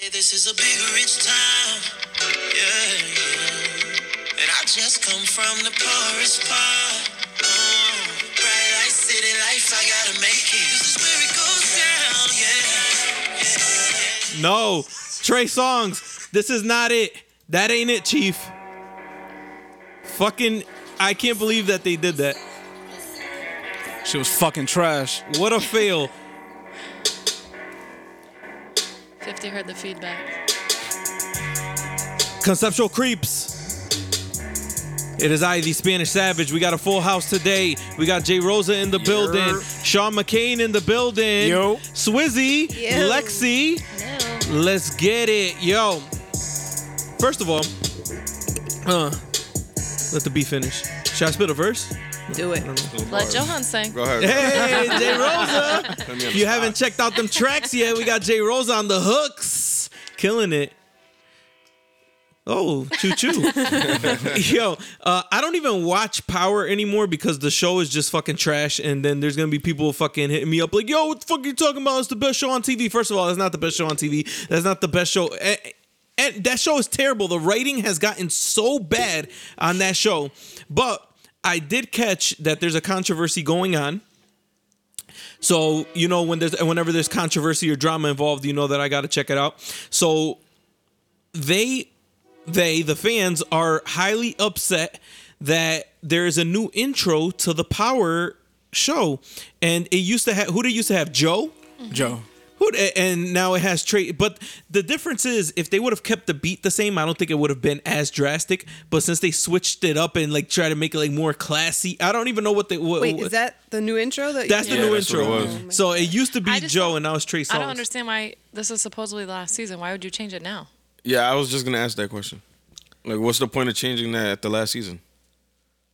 Hey, This is a big rich town, yeah, yeah. And I just come from the poorest part. Oh, bright light, city life, I gotta make it. This is where it goes down, yeah. yeah, No, Trey Songs, this is not it. That ain't it, Chief. Fucking, I can't believe that they did that. She was fucking trash. What a fail. 50 heard the feedback. Conceptual creeps. It is I, the Spanish Savage. We got a full house today. We got Jay Rosa in the building, Yer. Sean McCain in the building, Yo. Swizzy, Yo. Lexi. No. Let's get it, yo. First of all, uh, let the beat finish. Should I spit a verse? Do it. Let Johan sing. Go ahead. Hey, Jay Rosa. Put me on If the you spot. haven't checked out them tracks yet, we got Jay Rosa on the hooks, killing it. Oh, choo choo. Yo, uh, I don't even watch Power anymore because the show is just fucking trash. And then there's gonna be people fucking hitting me up like, "Yo, what the fuck are you talking about? It's the best show on TV." First of all, that's not the best show on TV. That's not the best show. And, and that show is terrible. The writing has gotten so bad on that show. But I did catch that there's a controversy going on. So you know when there's whenever there's controversy or drama involved, you know that I got to check it out. So they they the fans are highly upset that there is a new intro to the Power show, and it used to have who they used to have Joe. Joe. Who, and now it has Trey. But the difference is, if they would have kept the beat the same, I don't think it would have been as drastic. But since they switched it up and like try to make it like more classy, I don't even know what they. What, Wait, what- is that the new intro that Oh, that's the Yeah, new that's what it intro. was. my so it used to be I just Joe, don't- and now it's Trey Songz. I don't understand why this is supposedly the last season. Why would you change it now? Yeah, I was just gonna ask that question. Like, what's the point of changing that at the last season?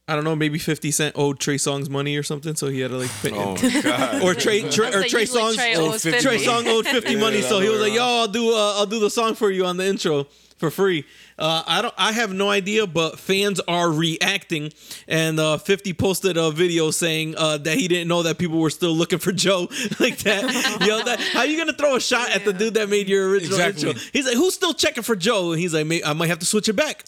I don't know, maybe 50 Cent owed Trey Songz money or something, so he had to like pay. Oh my god. Or Trey, Trey or Like, Trey usually Songz, Trey Oh, owes 50. Trey 50. Song owed 50 Yeah, money, the so other he was way like, "Yo, around. I'll do uh, I'll do the song for you on the intro for free." Uh, I don't, I have no idea, but fans are reacting, and uh, 50 posted a video saying uh, that he didn't know that people were still looking for Joe like that. Yo, that how you gonna throw a shot at the dude that made your original Exactly. intro? He's like, "Who's still checking for Joe?" And he's like, "May- "I might have to switch it back."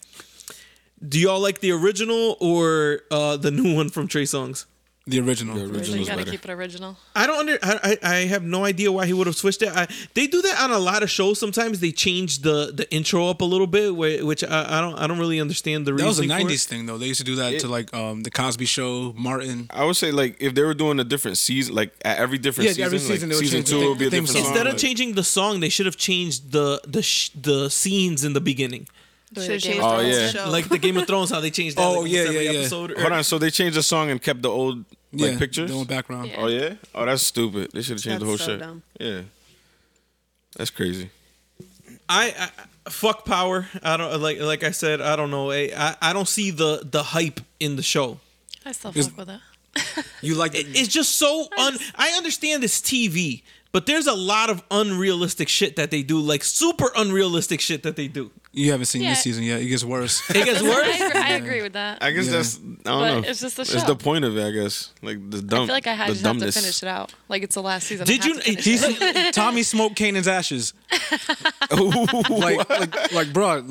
Do y'all like the original or uh, the new one from Trey Songs? The original. The So you original's got to better. keep it original. I don't under. I, I I have no idea why he would have switched it. I, they do that on a lot of shows. Sometimes they change the the intro up a little bit, whi- which I, I don't I don't really understand the That was a reasoning for '90s it. thing, though. They used to do that to like um, the Cosby Show, Martin. I would say like if they were doing a different season, like at every different Yeah, season, every season they like would season change two the would be a theme different song. song. Instead of like- changing the song, they should have changed the the sh- the scenes in the beginning, the way Should've the Game changed of the Thrones whole show? like the Game of Thrones, how they changed that. Oh, like, yeah, almost every yeah, yeah. episode, or- Hold on, so they changed the song and kept the old like yeah, pictures. the old background. Yeah. Oh yeah. Oh, that's stupid. They should have changed That's the whole so shit. dumb. Yeah, that's crazy. I, I fuck power. I don't like like I said. I don't know. I I, I don't see the the hype in the show. I still Is- fuck with it. You like It- it's just so un. I understand it's TV, but there's a lot of unrealistic shit that they do, like super unrealistic shit that they do. You haven't seen Yeah. this season yet. It gets worse. It gets Listen, I worse. agree, I agree with that. I I guess Yeah. that's I don't But know. it's just the It's show. the point of it, I guess. Like the dumb. feel like I had- the just have to dumbness. finish it out. Like it's the last season. Did I have you? to finish He's it. Tommy smoked Kanan's ashes. like, like, like, bro.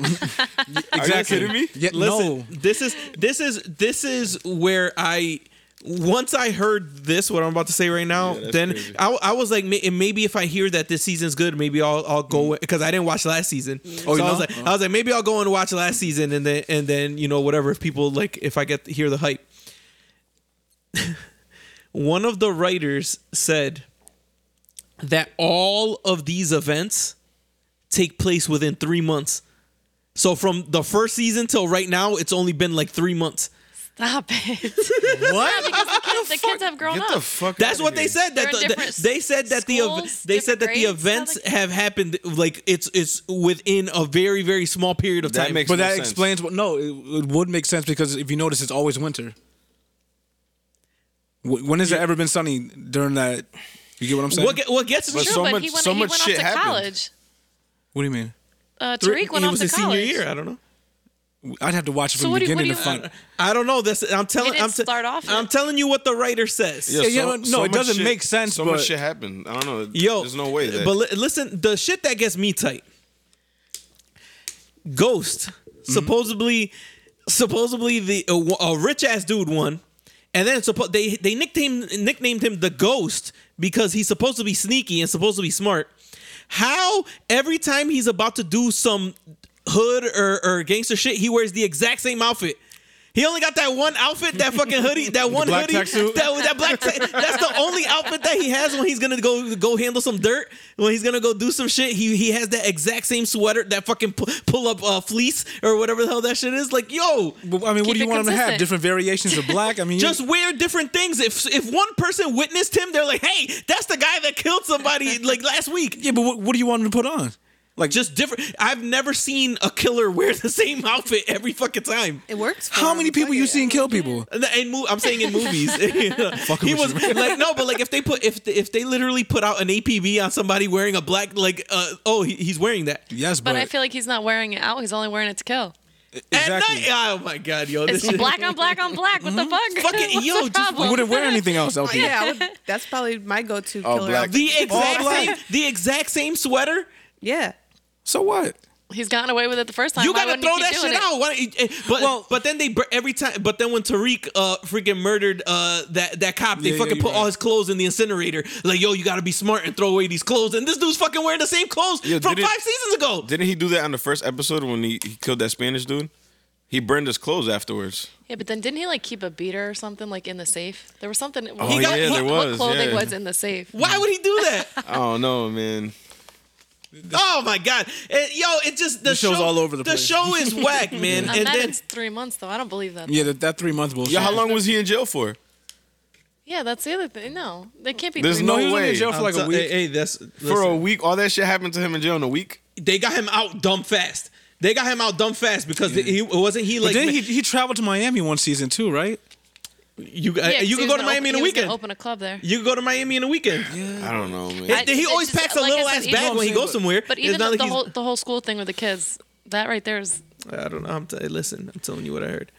exactly. kidding me? Yeah, listen. no. This is this is this is where I. Once I heard this, what I'm about to say right now, Yeah, that's then crazy. I, I was like, "May- maybe if I hear that this season's good, maybe I'll I'll go because I didn't watch last season. Mm. Oh, so you I was know? like, I was like, maybe I'll go and watch last season, and then and then you know whatever if people like if I get hear the hype. One of the writers said that all of these events take place within three months. So from the first season till right now, it's only been like three months. Stop it. What? Because the kids, the kids have grown Get up. the fuck. That's outta what they here. said. They're That in the, different the- they said that the ev- schools, they said that different the grades, how events the- have happened like it's it's within a very very small period of That time. makes- But no that sense. explains what. No, it, it would make sense because if you notice, it's always winter. Wh- When has it ever been sunny during that? You get what I'm saying? what ge- what gets me? But True, so but much- he went, so he much went shit off to happened. college. What do you mean? Uh, Three, Tariq went it off was to his college. senior year. I don't know. I'd have to watch it So from the what do you- what beginning to do you- find. I don't know. This I'm telling. didn't I'm te- start off I'm it. telling you what the writer says. Yeah, yeah, no, it much doesn't shit- make sense, So but- much shit happened. I don't know. Yo, there's no way that. But li- listen, the shit that gets me tight Ghost. Mm-hmm. Supposedly, supposedly the a, rich ass dude won, and then suppo- they they nicknamed nicknamed him the Ghost because he's supposed to be sneaky and supposed to be smart. How every time he's about to do some hood or, or gangster shit, he wears the exact same outfit. He only got that one outfit, that fucking hoodie, that one black hoodie, tracksuit? that that black. ta- that's the only outfit that he has when he's gonna go go handle some dirt. When he's gonna go do some shit, he he has that exact same sweater, that fucking pull, pull up uh, fleece or whatever the hell that shit is. Like, yo, But, I mean, Keep what do you it want him to have? consistent. Different variations of black. I mean, you- just wear different things. If if one person witnessed him, they're like, hey, that's the guy that killed somebody like last week. yeah. But what, what do you want him to put on? Like, Just different. I've never seen a killer wear the same outfit every fucking time. It works. For how him. many people Fuck you it. seen kill people? In, the- in mo- I'm saying in movies, he was like no, but like if they put if if they literally put out an APB on somebody wearing a black like uh, oh he, he's wearing that Yes, but, But I feel like he's not wearing it out. He's only wearing it to kill. exactly. at night. Oh my god, yo, this It's is black on black on black. What the fuck? Fuck it, What's yo, the just- problem? You wouldn't wear anything else, Oh, LP. yeah, I would, that's probably my go-to Oh, All killer. black. outfit. the exact black. same the exact same sweater. Yeah. So what? He's gotten away with it the first time. You Why gotta wouldn't he throw keep that doing shit it? out. Why- eh, but Well- but then they bur- every time. But then when Tariq uh freaking murdered uh that that cop, they Yeah, yeah, fucking you're put all right. his clothes in the incinerator. Like yo, you gotta be smart and throw away these clothes. And this dude's fucking wearing the same clothes Yo, from did it- five seasons ago. Didn't he do that on the first episode when he, he killed that Spanish dude? He burned his clothes afterwards. Yeah, but then didn't he like keep a beater or something like in the safe? There was something. Oh got- yeah, there What was, clothing yeah. was in the safe? Why would he do that? I don't know, man. oh my god, It- yo! It just the, show's show- all over the place. show is whack, man. I'm and not then in three months though. I don't believe that. Yeah, that, that three month bullshit. Yeah, how long was he in jail for? Yeah, that's the other thing. No, they can't be. There's three no he months. was only way. in jail for like a So- week. Hey, hey, that's For a listen, week, all that shit happened to him in jail in a week. they got him out dumb fast. They got him out dumb fast because he wasn't he like but then he, he traveled to Miami one season too, right? you uh, Yeah, 'cause you can go he was to gonna Miami in open, a he was gonna weekend. Open a club there. You can go to Miami in a weekend. I don't know, man. I- He it's always just- packs a like I little said, ass even- bag when he goes somewhere. But It's even not the, like the he's- whole the whole school thing with the kids, that right there is. I don't know. I'm t- listen, I'm telling you what I heard.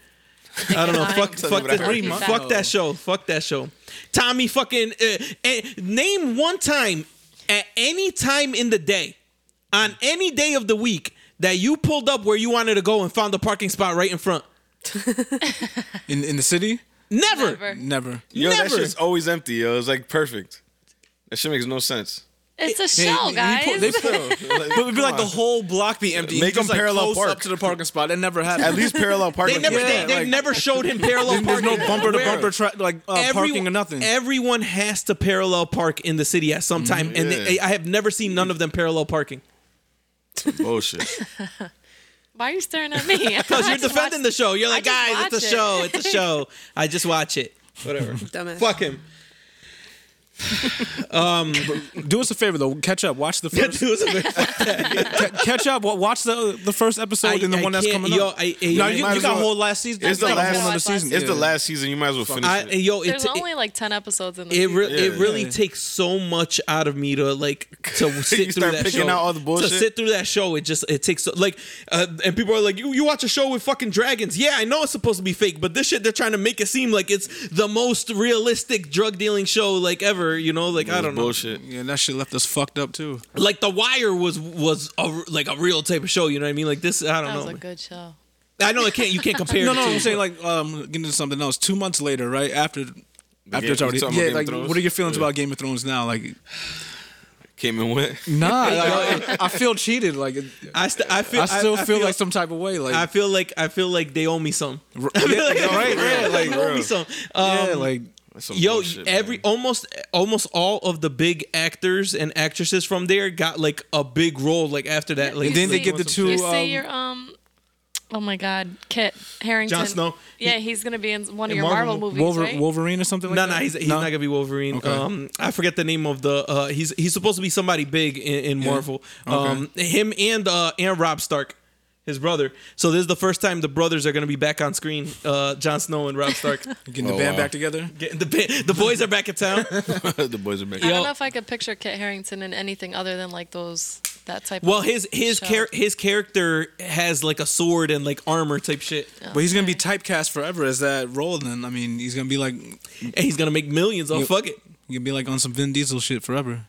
I don't know. I'm Fuck, telling you fuck, what I that, heard. Fuck fuck that show. Fuck that show. Tommy fucking uh, eh, name one time at any time in the day, on any day of the week that you pulled up where you wanted to go and found the parking spot right in front. In in the city? Never. Never. Never. Yo, that Never. shit's always empty. Yo, it's like perfect. That shit makes no sense. It's a Hey, show, he- guys. he put- they put- but it'd be like the on. whole block be empty. and Make he just, them parallel like, close park. up to the parking spot. That never happened. At least parallel parking. They never. they Yeah, they like- never showed him parallel there's parking. no bumper to Where- bumper tra- like uh, Everyone- parking or nothing. Everyone has to parallel park in the city at some Mm-hmm. time, and Yeah. they- I have never seen none of them parallel parking. Bullshit. Why are you staring at me? Because Oh, you're defending the show. You're like, I just guys, it's a watch it." show. It's a show. I just watch it. Whatever. Dumbass. Fuck him. Do us a favor though. Catch up. Watch the That first. dude was a big- fuck ca- catch up. wa- Watch the the first episode I- and the I one that's can't- coming yo, up. I- I- no, I you, might you as got well- whole last season. It's the You got a last- whole another season. It's the Yeah. last season. You might as well finish I, it. yo, There's it's, it, only like ten episodes in the. it, re- season. it Yeah. really Yeah. takes so much out of me to like to sit through start that picking show. out all the bullshit? To sit through that show, it just it takes so, like, uh, and people are like, you you watch a show with fucking dragons? Yeah, I know it's supposed to be fake, but this shit they're trying to make it seem like it's the most realistic drug dealing show like ever. You know, like I It's don't know. bullshit. Yeah, and that shit left us fucked up too. Like The Wire was was a, r- like a real type of show. You know what I mean? Like this, I don't That know. was a man. good show. I know it can't. You can't compare. No, the no, two, I'm saying but- like um, getting into something else. Two months later, right after. After Game- it's already, you talking about yeah. Game of Like, Thrones? what are your feelings Yeah. about Game of Thrones now? Like, Came and went. nah, like, I, I feel cheated. Like, it- I, st- I feel. I still feel, like some type of way. Like, I feel like I feel like they owe me some. r- yeah, like, right, yeah, They like, owe me some. Um, yeah, like, That's some yo, bullshit, every man. almost almost all of the big actors and actresses from there got like a big role. Like after that, like And then they see- give the two, You see um, your um. Oh my God, Kit Harrington. Jon Snow. Yeah, he's gonna be in one In of your Marvel Marvel, movies, Wolver- right? Wolverine or something. like No, that? no, he's, he's not gonna be Wolverine. Okay. Um, I forget the name of the. Uh, he's he's supposed to be somebody big in, in Marvel. Um, him and uh and Rob Stark, his brother. So this is the first time the brothers are gonna be back on screen. Uh, Jon Snow and Rob Stark. Getting Oh, the band wow. back together. Getting the ba- the boys are back in town. the boys are back. I Yo. don't know if I could picture Kit Harrington in anything other than like those that type. Well, of his his show. char- his character has like a sword and like armor type shit, But he's gonna be typecast forever as that role. Then I mean, he's gonna be like, he's and he's gonna make millions. Oh Yo. fuck it. gonna be like on some Vin Diesel shit forever.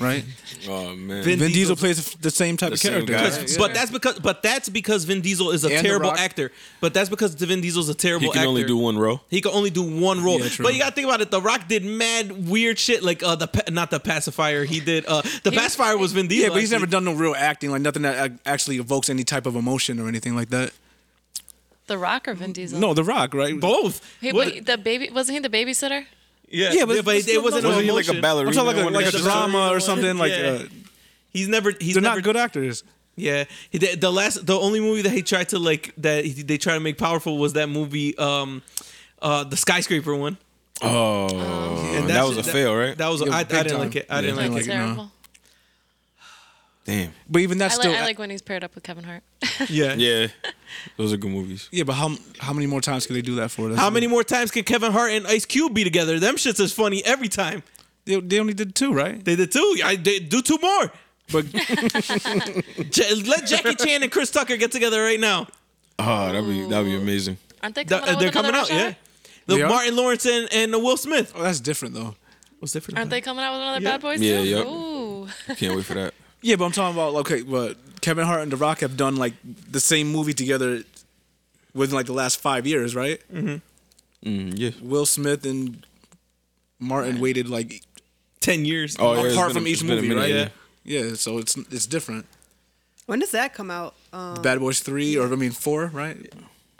right? Oh man. Vin Vin Diesel Diesel's- plays the same type The of same character. guy. right? Because- But that's because but that's because Vin Diesel is a And The terrible Rock. actor. But that's because Vin Diesel's a terrible he can actor. only do one row. He could only do one role. Yeah, true. but you gotta think about it. The Rock did mad weird shit, like uh, the pa- not the pacifier. He did uh, the He- pacifier was Vin Diesel. Yeah, but he's never actually. done no real acting, like nothing that ac- actually evokes any type of emotion or anything like that. The Rock or Vin Diesel? No, The Rock, right? both. He, What- wait, the baby wasn't he the babysitter? yeah, Yeah, but- it, it wasn't. Wasn't an he like a emotion. ballerina? I'm talking like a, when like he a was- drama or something. Like Yeah. uh, He's never. He's they're never, not good actors. Yeah, he, the, the last, the only movie that he tried to like that he, they tried to make powerful was that movie, um, uh, the skyscraper one. Oh, And that that's- was a fail, right? That was. Yeah, I, I big didn't time. like it. I Yeah. didn't Like, like it. like, no. terrible. Damn. But even that's I, still like, I like when he's paired up with Kevin Hart. Yeah. Yeah, those are good movies. Yeah, but how how many more times could they do that for? That's How many more times can Kevin Hart and Ice Cube be together? Them shits is funny every time. They, they only did two, right? They did two. I they do two more. But Ja- let Jackie Chan and Chris Tucker get together right now. Oh, that'd be that'd be amazing. Aren't they Th- coming out? uh, they're with coming another out, Rush yeah. Hour? The They are? Martin Lawrence and, and uh, Will Smith. oh, that's different though. What's different? Aren't they coming out with another Bad Boys Yeah, too? yep. Ooh. Can't wait for that. Yeah, but I'm talking about okay, but Kevin Hart and The Rock have done like the same movie together within like the last five years, right? Mm, yeah. Will Smith and Martin waited like Ten years. Oh, yeah, it's apart been a- from it's each been a movie, minute, right? yeah. Yeah, so it's it's different. When does that come out? Um, Bad Boys three, or I mean four, right?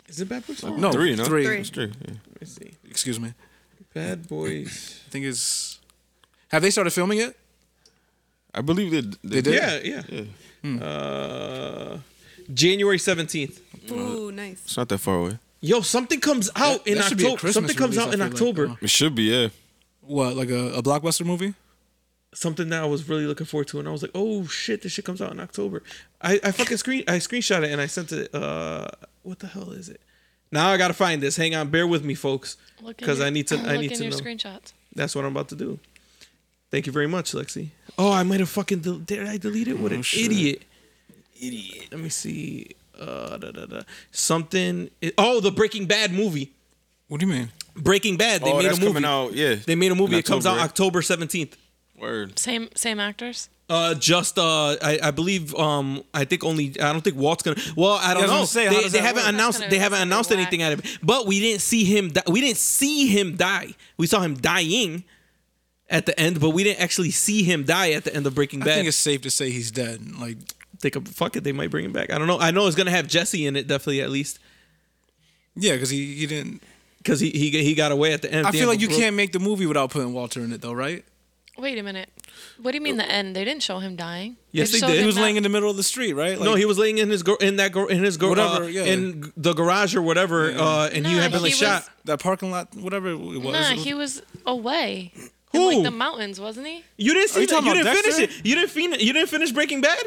Is it Bad Boys? No, Three, no? three. Three. It's true. yeah. Excuse me. Bad Boys. I think it's. Have they started filming it? I believe they They did? Yeah, yeah. Uh, January seventeenth. ooh, nice. It's not that far away. Yo, something comes out That- in that should be a October. Christmas Something comes release, out I in feel like, October. though. It should be, yeah. What, like a, a blockbuster movie? something that I was really looking forward to, and I was like, "Oh shit, this shit comes out in October." I, I fucking screen I screenshot it and I sent it. Uh, what the hell is it? Now I gotta find this. Hang on, bear with me, folks, Look in because your- I need to. I look need in to know. your screenshots. That's what I'm about to do. Thank you very much, Lexi. Oh, I might have fucking del- did I delete it? What Oh, an idiot! Idiot. Let me see. Uh, da, da, da. something. i- oh, the Breaking Bad movie. What do you mean? Breaking Bad. They oh, made that's a movie. coming out. Yeah. They made a in movie. it comes out October, October seventeenth. right? Word. Same same actors. Uh, just uh, I, I believe um, I think only I don't think Walt's gonna. Well, I don't Yeah, I was know. gonna say, how they does they that haven't work? announced That's they gonna- haven't that's gonna announced be anything out of it. But we didn't see him. Di- we didn't see him die. We saw him dying at the end, but we didn't actually see him die at the end of Breaking I Bad. think it's safe to say he's dead. Like, they could fuck it. They might bring him back. I don't know. I know it's gonna have Jesse in it definitely at least yeah, because he, he didn't. because he, he he got away at the end. I feel Damn, like you bro- can't make the movie without putting Walter in it, though, right? Wait a minute. What do you mean the end? They didn't show him dying. Yes, they showed did. him He He was not- laying in the middle of the street, right? no, Like- he was laying in his gar- in that gar- in his gar- Whatever, uh, yeah. in g- the garage or whatever, uh, and he Nah, had been he like was- shot. that parking lot, whatever it was. Nah, he was away. In Who? like the mountains, wasn't he? You didn't see you that. talking You about didn't finish Dexter? it. You didn't fin- You didn't finish Breaking Bad.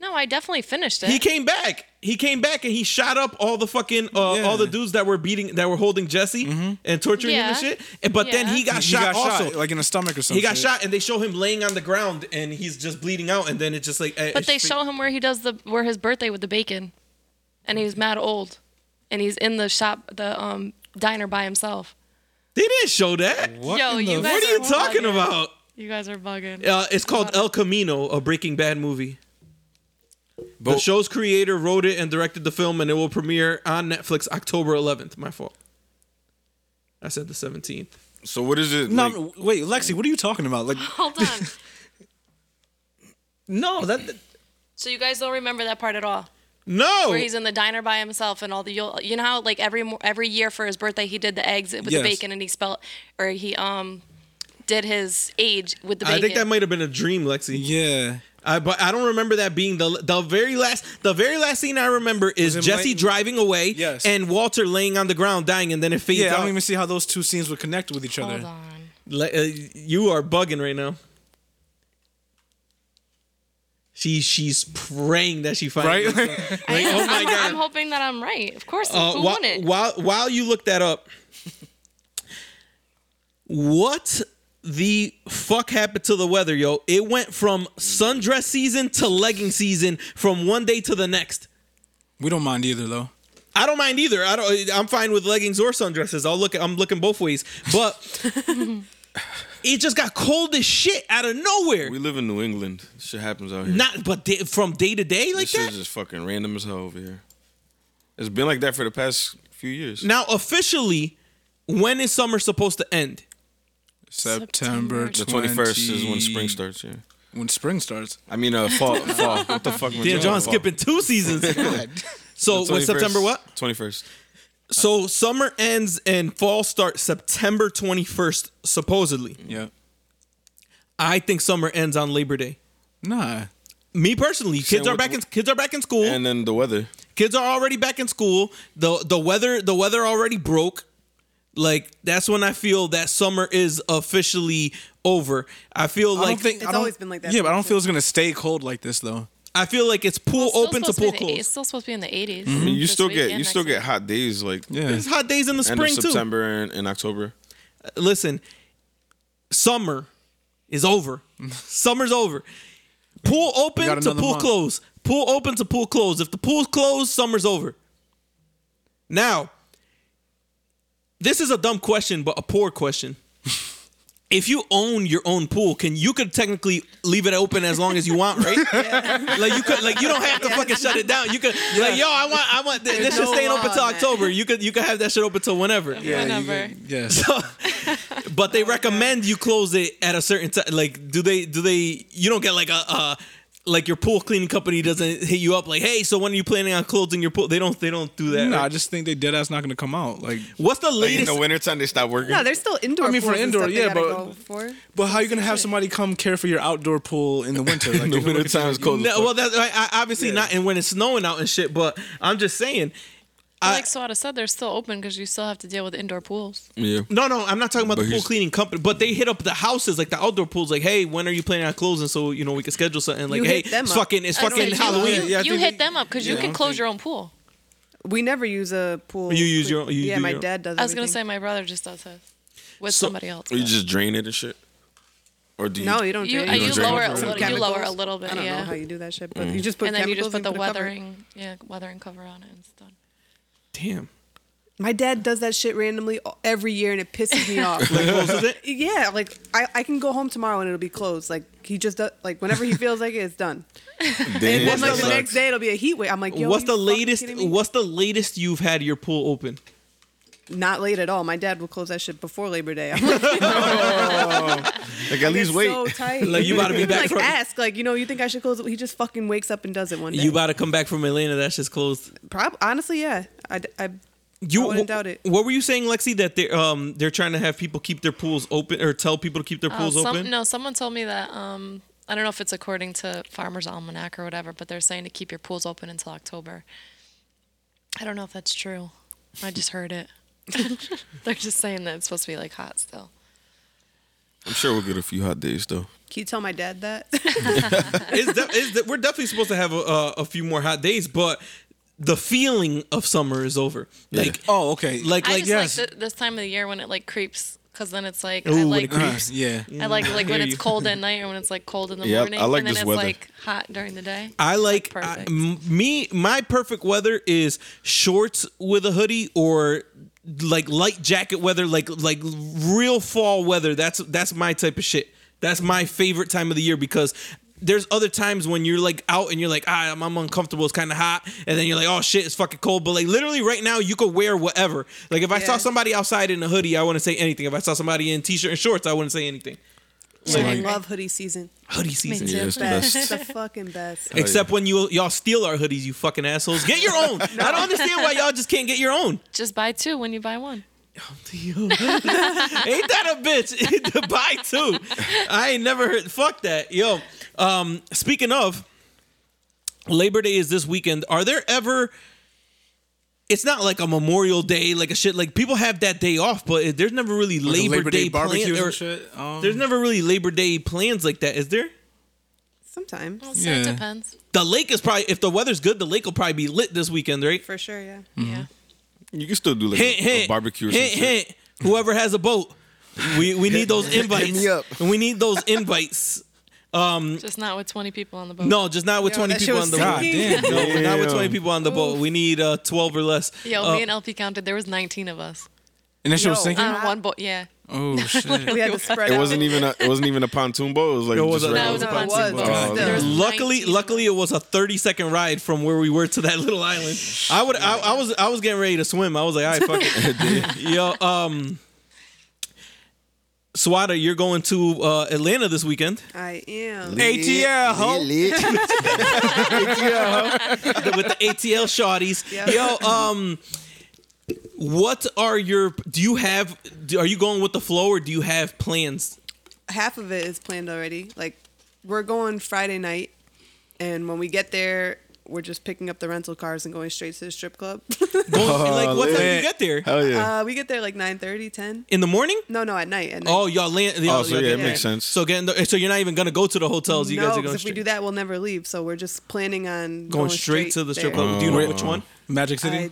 No, I definitely finished it. He came back. He came back and he shot up all the fucking uh, Yeah. Mm-hmm. all the dudes that were beating that were holding Jesse and torturing him and Yeah. shit. And, but then he Yeah. got He shot got also. shot, like in the stomach or something. he got shot and they show him laying on the ground and he's just bleeding out and then it's just like eh, But they it's- show him where he does the where his birthday with the bacon, and he's mad old, and he's in the shop, the um diner by himself. They didn't show that. What Yo, in you the- guys What are you That's talking bugging. about? You guys are bugging. Uh, it's called Hold on. El Camino, a Breaking Bad movie. The But- show's creator wrote it and directed the film, and it will premiere on Netflix October 11th. My fault. I said the 17th. So what is it? No, like- wait, Lexi, what are you talking about? Like, Hold on. No, that So you guys don't remember that part at all, no. where he's in the diner by himself and all the you'll, you know how like every mo- every year for his birthday he did the eggs with Yes. the bacon and he spelled or he um did his age with the bacon. I think that might have been a dream, Lexi. yeah. I, but I don't remember that being the the very last the very last scene I remember is Was it Jesse Lane- driving away Yes. and Walter laying on the ground dying, and then it fades Yeah, I out. don't even see how those two scenes would connect with each Hold other. on. Le- uh, you are bugging right now. She she's praying that she finds Right? it. I am. oh my I'm, God. I'm hoping that I'm right. Of course, Uh, who whi- wouldn't? While while you look that up, what the fuck happened to the weather, yo? It went from sundress season to legging season from one day to the next. We don't mind either, though. I don't mind either. I don't. I'm fine with leggings or sundresses. I'll look. I'm looking both ways. But It just got cold as shit out of nowhere. We live in New England. Shit happens out here. Not, but day, from day to day like this that. shit's just fucking random as hell over here. It's been like that for the past few years. now, officially, when is summer supposed to end? September the twenty first is when spring starts. Yeah, When spring starts. I mean uh, fall. fall. What the fuck? am Damn, I talking John about? skipping two seasons. so when September what? Twenty first. So summer ends and fall starts September twenty first, supposedly. Yeah. I think summer ends on Labor Day. Nah. Me personally, kids Saying are what- back in kids are back in school. And then the weather. kids are already back in school. the The weather the weather already broke. Like that's when I feel that summer is officially over. I feel I like don't think It's I don't- always been like that Yeah, but I don't too. feel it's gonna stay cold like this though. I feel like it's pool It's still open to supposed be pool Mm-hmm. in the- It's closed. still supposed to be in the 80s. I mean, you this still get weekend, you still next get hot days like Yeah. There's hot days in the end spring of too. September and, and October. listen, summer is over. Summer's over. Pool got open to another pool month. close. Pool open to pool close. If the pool's closed, summer's over. Now, this is a dumb question, but a poor question. If you own your own pool, can you could technically leave it open as long as you want, right? Like you could, like you don't have to fucking shut it down. You could, like, yo, I want, I want this shit no staying law open till on that. October. You could, you could have that shit open till whenever. Whenever. Yes. But they recommend you close it at a certain time. Like, do they? Do they? You don't get like a, uh like your pool cleaning company doesn't hit you up like, hey, so when are you planning on closing your pool? They don't. They don't do that. No, I right? just think they dead ass not gonna come out. Like, What's the Like in latest? the wintertime, they stop working. No, there's still indoor. I mean, for pools and indoor, stuff they yeah, gotta but- go for. but how you gonna have somebody come care for your outdoor pool in the winter? Like, the wintertime is cold. as no, fuck. well, that's I, I, obviously not. And when it's snowing out and shit, but I'm just saying. But like Swada said, they're still open because you still have to deal with indoor pools. yeah. No, no, I'm not talking about But the pool here's- cleaning company, but they hit up the houses, like the outdoor pools, like, hey, when are you planning on closing? So you know we can schedule something. Like, You hey, hit them it's up. fucking, it's I said fucking you- Halloween. You, Yeah, I you think hit we- them up because you can close your own pool. We never use a pool. You use your own- you yeah, do my your own. dad does. I was gonna say everything. my brother just does his with So- somebody else. Or you just drain it and shit, or do you? no, you don't. You, drain uh, it. you don't drain lower it. it a Put little, you Chemicals. lower a little bit, I don't yeah. know how you do that shit, but Mm. you just put and then you just chemicals put the and a cover. weathering, yeah, weathering cover on it and it's done. Damn. My dad does that shit randomly every year, and it pisses me off. Like, closes it? Yeah, like I, I can go home tomorrow and it'll be closed. Like he just does, like whenever he feels like it, it's done. Damn, And then that like the sucks. next day it'll be a heat wave. I'm like, Yo, what's are the you fucking latest? kidding me? What's the latest you've had your pool open? Not late at all. My dad will close that shit before Labor Day. I'm like, Like at least it's wait. so tight. Like, you about to be Even, back Like from- ask, like you know, you think I should close? it? He just fucking wakes up and does it one day. You about to come back from Atlanta? That's just closed. Prob- honestly, yeah. I, d- I- You I wouldn't doubt it. What were you saying, Lexi? That they um they're trying to have people keep their pools open or tell people to keep their Uh, pools some- open. No, someone told me that. Um, I don't know if it's according to Farmer's Almanac or whatever, but they're saying to keep your pools open until October. I don't know if that's true. I just heard it. they're just saying that it's supposed to be like hot still. I'm sure we'll get a few hot days though. can you tell my dad that? It's de- it's de- we're definitely supposed to have a, a, a few more hot days, but the feeling of summer is over. Yeah. Like oh, okay. like I like just yes. like th- this time of the year when it like creeps, because then it's like Ooh, I when like it Uh, yeah. I like like when Hear it's you. cold at night or when it's like cold in the Yeah, morning, I like and then this it's weather. like hot during the day. I like like I- perfect. m- me. My perfect weather is shorts with a hoodie or like light jacket weather, like like real fall weather. That's that's my type of shit. That's my favorite time of the year because there's other times when you're like out and you're like, ah, I'm, I'm uncomfortable. It's kind of hot, and then you're like, oh shit, it's fucking cold. But like literally right now, you could wear whatever. Like if I saw Yeah. somebody outside in a hoodie, I wouldn't say anything. If I saw somebody in t-shirt and shorts, I wouldn't say anything. I love hoodie season. Hoodie season. too. Yeah, it's the Best. best. It's the fucking best. Except when you y'all steal our hoodies, you fucking assholes. Get your own. I don't understand why y'all just can't get your own. Just buy two when you buy one. Yo. ain't that a bitch? to buy two. I ain't never heard. Fuck that, yo. Um, speaking of, Labor Day is this weekend. Are there ever? It's not like a Memorial Day, like a shit. Like people have that day off, but it, there's never really Labor, Day, barbecues plans. and shit. Um, There's never really Labor Day plans like that, is there? Sometimes, Well, so Yeah. it depends. The lake is probably if the weather's good, the lake will probably be lit this weekend, right? for sure. Yeah. Mm-hmm. Yeah. You can still do like hint, a, hint, a barbecue or hint, some shit. hint. Whoever has a boat, we we need those invites. me up. We need those invites. Just not with 20 people on the boat. No, just not with Yo, twenty that shit people was on the God boat. damn. No, not with Damn. twenty people on the boat. We need uh, twelve or less. Yo, Uh, me and LP counted. There was 19 of us and that shit was Yo, sinking. on one boat. Yeah, Oh shit! We had to spread. It out. wasn't even a, it wasn't even a pontoon boat. It was like It was just a- regular That was a it fun was, Oh, boat. but There still. was Luckily, 19 luckily, it was a 30 second ride from where we were to that little island. I would, I, I was, I was getting ready to swim. I was like, all right, fuck it. Yo, um, Swada, you're going to uh, Atlanta this weekend I am. ATL, ho. Lit. with the ATL shotties. Yep. Yo, um, what are your? Do you have? Do, are you going with the flow, or do you have plans? half of it is planned already. Like we're going Friday night, and when we get there, we're just picking up the rental cars and going straight to the strip club. Going, like, what time do you Oh, lit. get there? Hell yeah. uh, we get there like 9:30, 10. In the morning? No, no, at night. At night. Oh, y'all land. Y'all, oh, so y'all yeah, it get- makes yeah. sense. So getting the, so you're not even gonna go to the hotels. You no, guys are 'cause going if we straight, do that, we'll never leave. So we're just planning on going, going straight to the strip there. club. do you know Oh. which one? Magic City.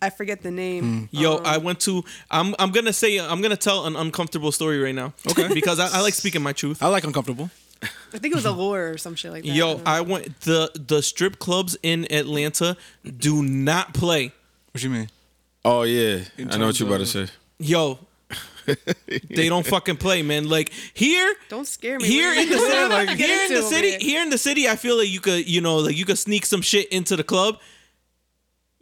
I, I forget the name. Yo, I went to. I'm I'm gonna say I'm gonna tell an uncomfortable story right now. Okay. because I, I like speaking my truth. I like uncomfortable. I think it was Allure or some shit like that. Yo, don't know. I went the the strip clubs in Atlanta do not play. What you mean? oh yeah, In I know what terms you about to of- say. Yo, they don't fucking play, man. Like here, don't scare me. here in the city, Like, here in the city, here in the city, I feel like you could, you know, like you could sneak some shit into the club.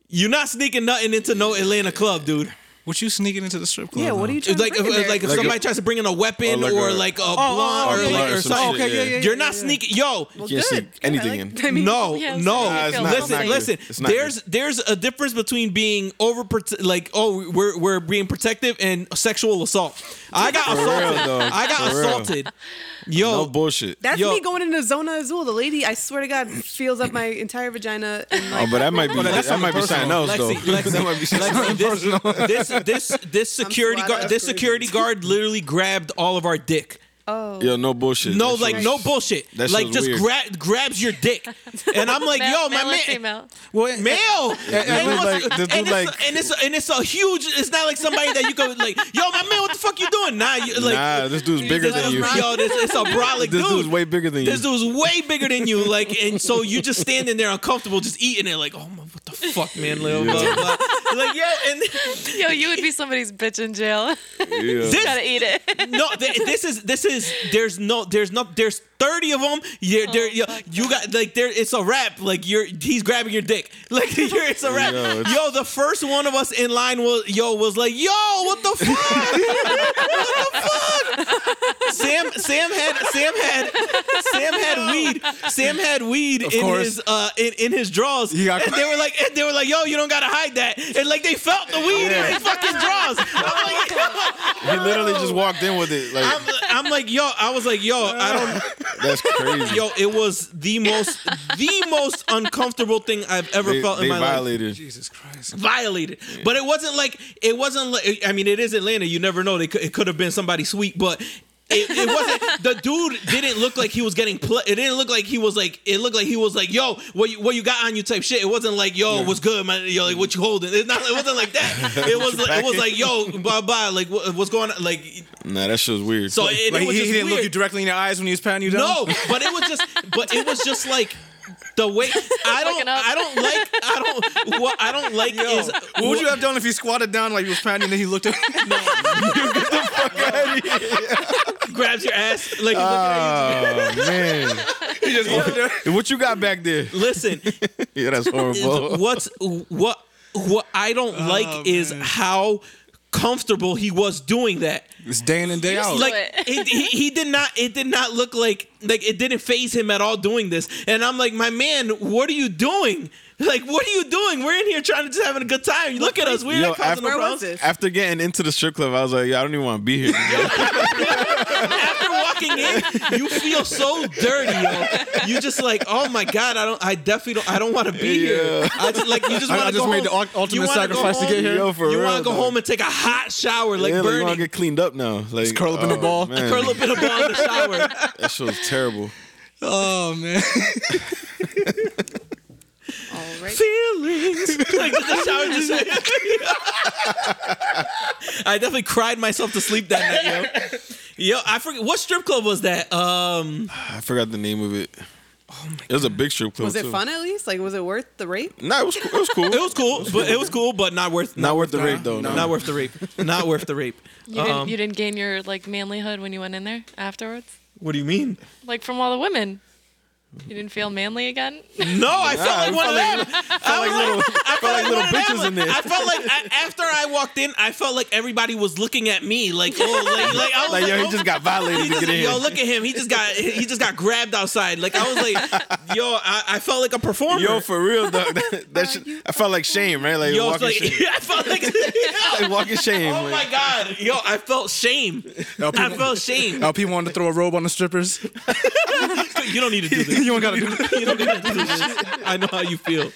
You're not sneaking nothing into no Atlanta club, dude. What you sneaking into the strip club? Yeah, what are though? you trying like to if, bring in there? like if Like somebody a- tries to bring in a weapon or like or a- like a blunt oh, or like blunt or or some something. shit, yeah. yeah, You're yeah, not yeah. sneaking. Yo, Well, can't good. sneak Yeah, I anything like- in. I mean, no, yeah, it's no. not Nah, it's good. not- it's listen, not good. listen. It's not good. There's there's a difference between being over prote- like oh we're we're being protective and sexual assault. I got real, assaulted. dog. I got For real. assaulted. No Yo, bullshit. That's Yo. me going into Zona Azul. The lady, I swear to God, feels up my entire vagina. And like, oh, but that might be that's that might be something something else Lexi, though. Lexi, that might be something Lexi, this, this this this security flat guard out this crazy. security guard literally grabbed all of our dick. Yo, no bullshit. No, That like shit no was- bullshit. that shit like was just weird. grab grabs your dick, and I'm like, yo, my male or man, female? Well, male, and And look it's- like- this and, look it's, like- and it's and it's a huge. It's not like somebody that you go like, yo, my man, what the fuck you doing? Nah, you, like, nah, this dude's bigger like, than you. Yo, this it's a brolic This dude. dude's way bigger than you. This dude's way bigger than you, like, and so you just standing there uncomfortable, just eating it, like, oh my, what the fuck, man, Lil, blah, blah, blah. like, yo, and Yo, you would be somebody's bitch in jail. Yeah. this, Gotta eat it. no, th- this is this is. There's no. There's no. There's thirty of them. You're, there, you you got like there. It's a wrap. Like you're. He's grabbing your dick. Like you're, it's a wrap. Yo, Yo, it's- the first one of us in line was yo was like yo what the fuck what the fuck. Sam Sam had Sam had Sam had weed. Sam had weed in course. his uh in, in his drawers. He got- and they were like and they were like yo you don't gotta hide that. And like they felt the weed in his fucking drawers. I'm like He literally just walked in with it. Like I'm, I'm like, yo, I was like, yo, I don't, that's crazy. yo, it was the most, the most uncomfortable thing I've ever they felt in they my life. violated. Jesus Christ. Violated, but it wasn't like it wasn't. Like, I mean, it is Atlanta. You never know. They could, it could have been somebody sweet, but. It, it wasn't the dude didn't look like he was getting pl- it didn't look like he was like it looked like he was like yo what you, what you got on you type shit it wasn't like yo what's good man yo like what you holding it's not it wasn't like that it was like, it was like yo blah blah like what, what's going on like Nah, that shit was weird. so it, it Like, was he, just he didn't weird. look you directly in the eyes when he was patting you down. No, but it was just, but it was just like the way I don't, Looking up. I don't like, I don't, what I don't like is What would you have done if he squatted down like he was patting you and then he looked at no. grabs your ass like. Uh, Oh man, He just looked there. what you got back there? Listen, Yeah, that's horrible. what's what what I don't like is how comfortable he was doing that. It's day in and day out. like it. it, he, he did not it did not look like like it didn't phase him at all doing this and i'm like my man what are you doing like what are you doing we're in here trying to just having a good time look at us we're Yo, not causing no Where problems was this? After getting into the strip club, I was like, "Yo, I don't even want to be here." after walking in, you feel so dirty, yo. You just like, oh my god, I don't, I definitely don't, I don't want to be here. I just like, you just I- I want to just go made the home. ul- ultimate You wanna go sacrifice to get home, here. Yo, for you real, want to go dog. home and take a hot shower, like yeah, like, you want burning, to get cleaned up now. Like curl up in a oh, ball. man. curl up in a ball in the shower. That shit was terrible. oh man. All right. Feelings, like just the shower, just. I definitely cried myself to sleep that night, yo. Yo, I forget what strip club was that. Um, I forgot the name of it. Oh It was a big strip club. Was it too. fun at least? Like, was it worth the rate? Nah, it was cool. It was cool. It was cool, but it was cool, but not worth not worth the rate though. not no. worth the rape. Not worth the rape. You, Um, didn't, you didn't gain your like manlyhood when you went in there afterwards, What do you mean? like from all the women. You didn't feel manly again. No, I felt like one of them. I was like, I felt like little one of them. bitches in there. I felt like I, after I walked in, I felt like everybody was looking at me, like, oh, like, like I was like, Like yo, oh, he just got violated to get in. Yo, here. look at him. He just got he just got grabbed outside. Like I was like, yo, I, I felt like a performer. Yo, for real, dog. That, that shit, I felt like shame, right? Like Yo, it's walking like, shame. I felt like, Like walking shame. oh my like, god, yo, I felt shame. I felt shame. LP wanted to throw a robe on the strippers. You don't need to do this. you don't gotta do that. You don't need to do this. I know how you feel.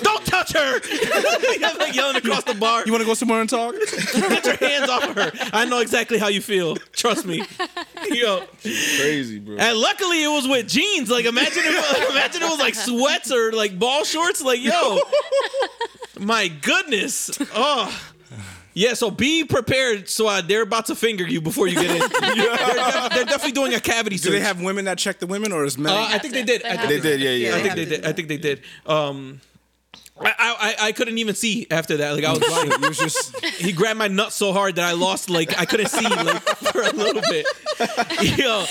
don't touch her. I'm like yelling across the bar. You wanna go somewhere and talk? Get your hands off of her. I know exactly how you feel. Trust me. Yo. Crazy, bro. And luckily it was with jeans. Like imagine if, imagine it was like sweats or like ball shorts. Like, yo. My goodness. Oh. Yeah, so be prepared. So uh, they're about to finger you before you get in. They're, def- they're definitely doing a cavity Do search. they have women that check the women or is men? Uh, I think they did. I think They did, yeah, yeah. Yeah, I think have they to did. do I think they did. Um, I, I I couldn't even see after that. Like I was blind. it was just he grabbed my nut so hard that I lost. Like I couldn't see like for a little bit. Yo,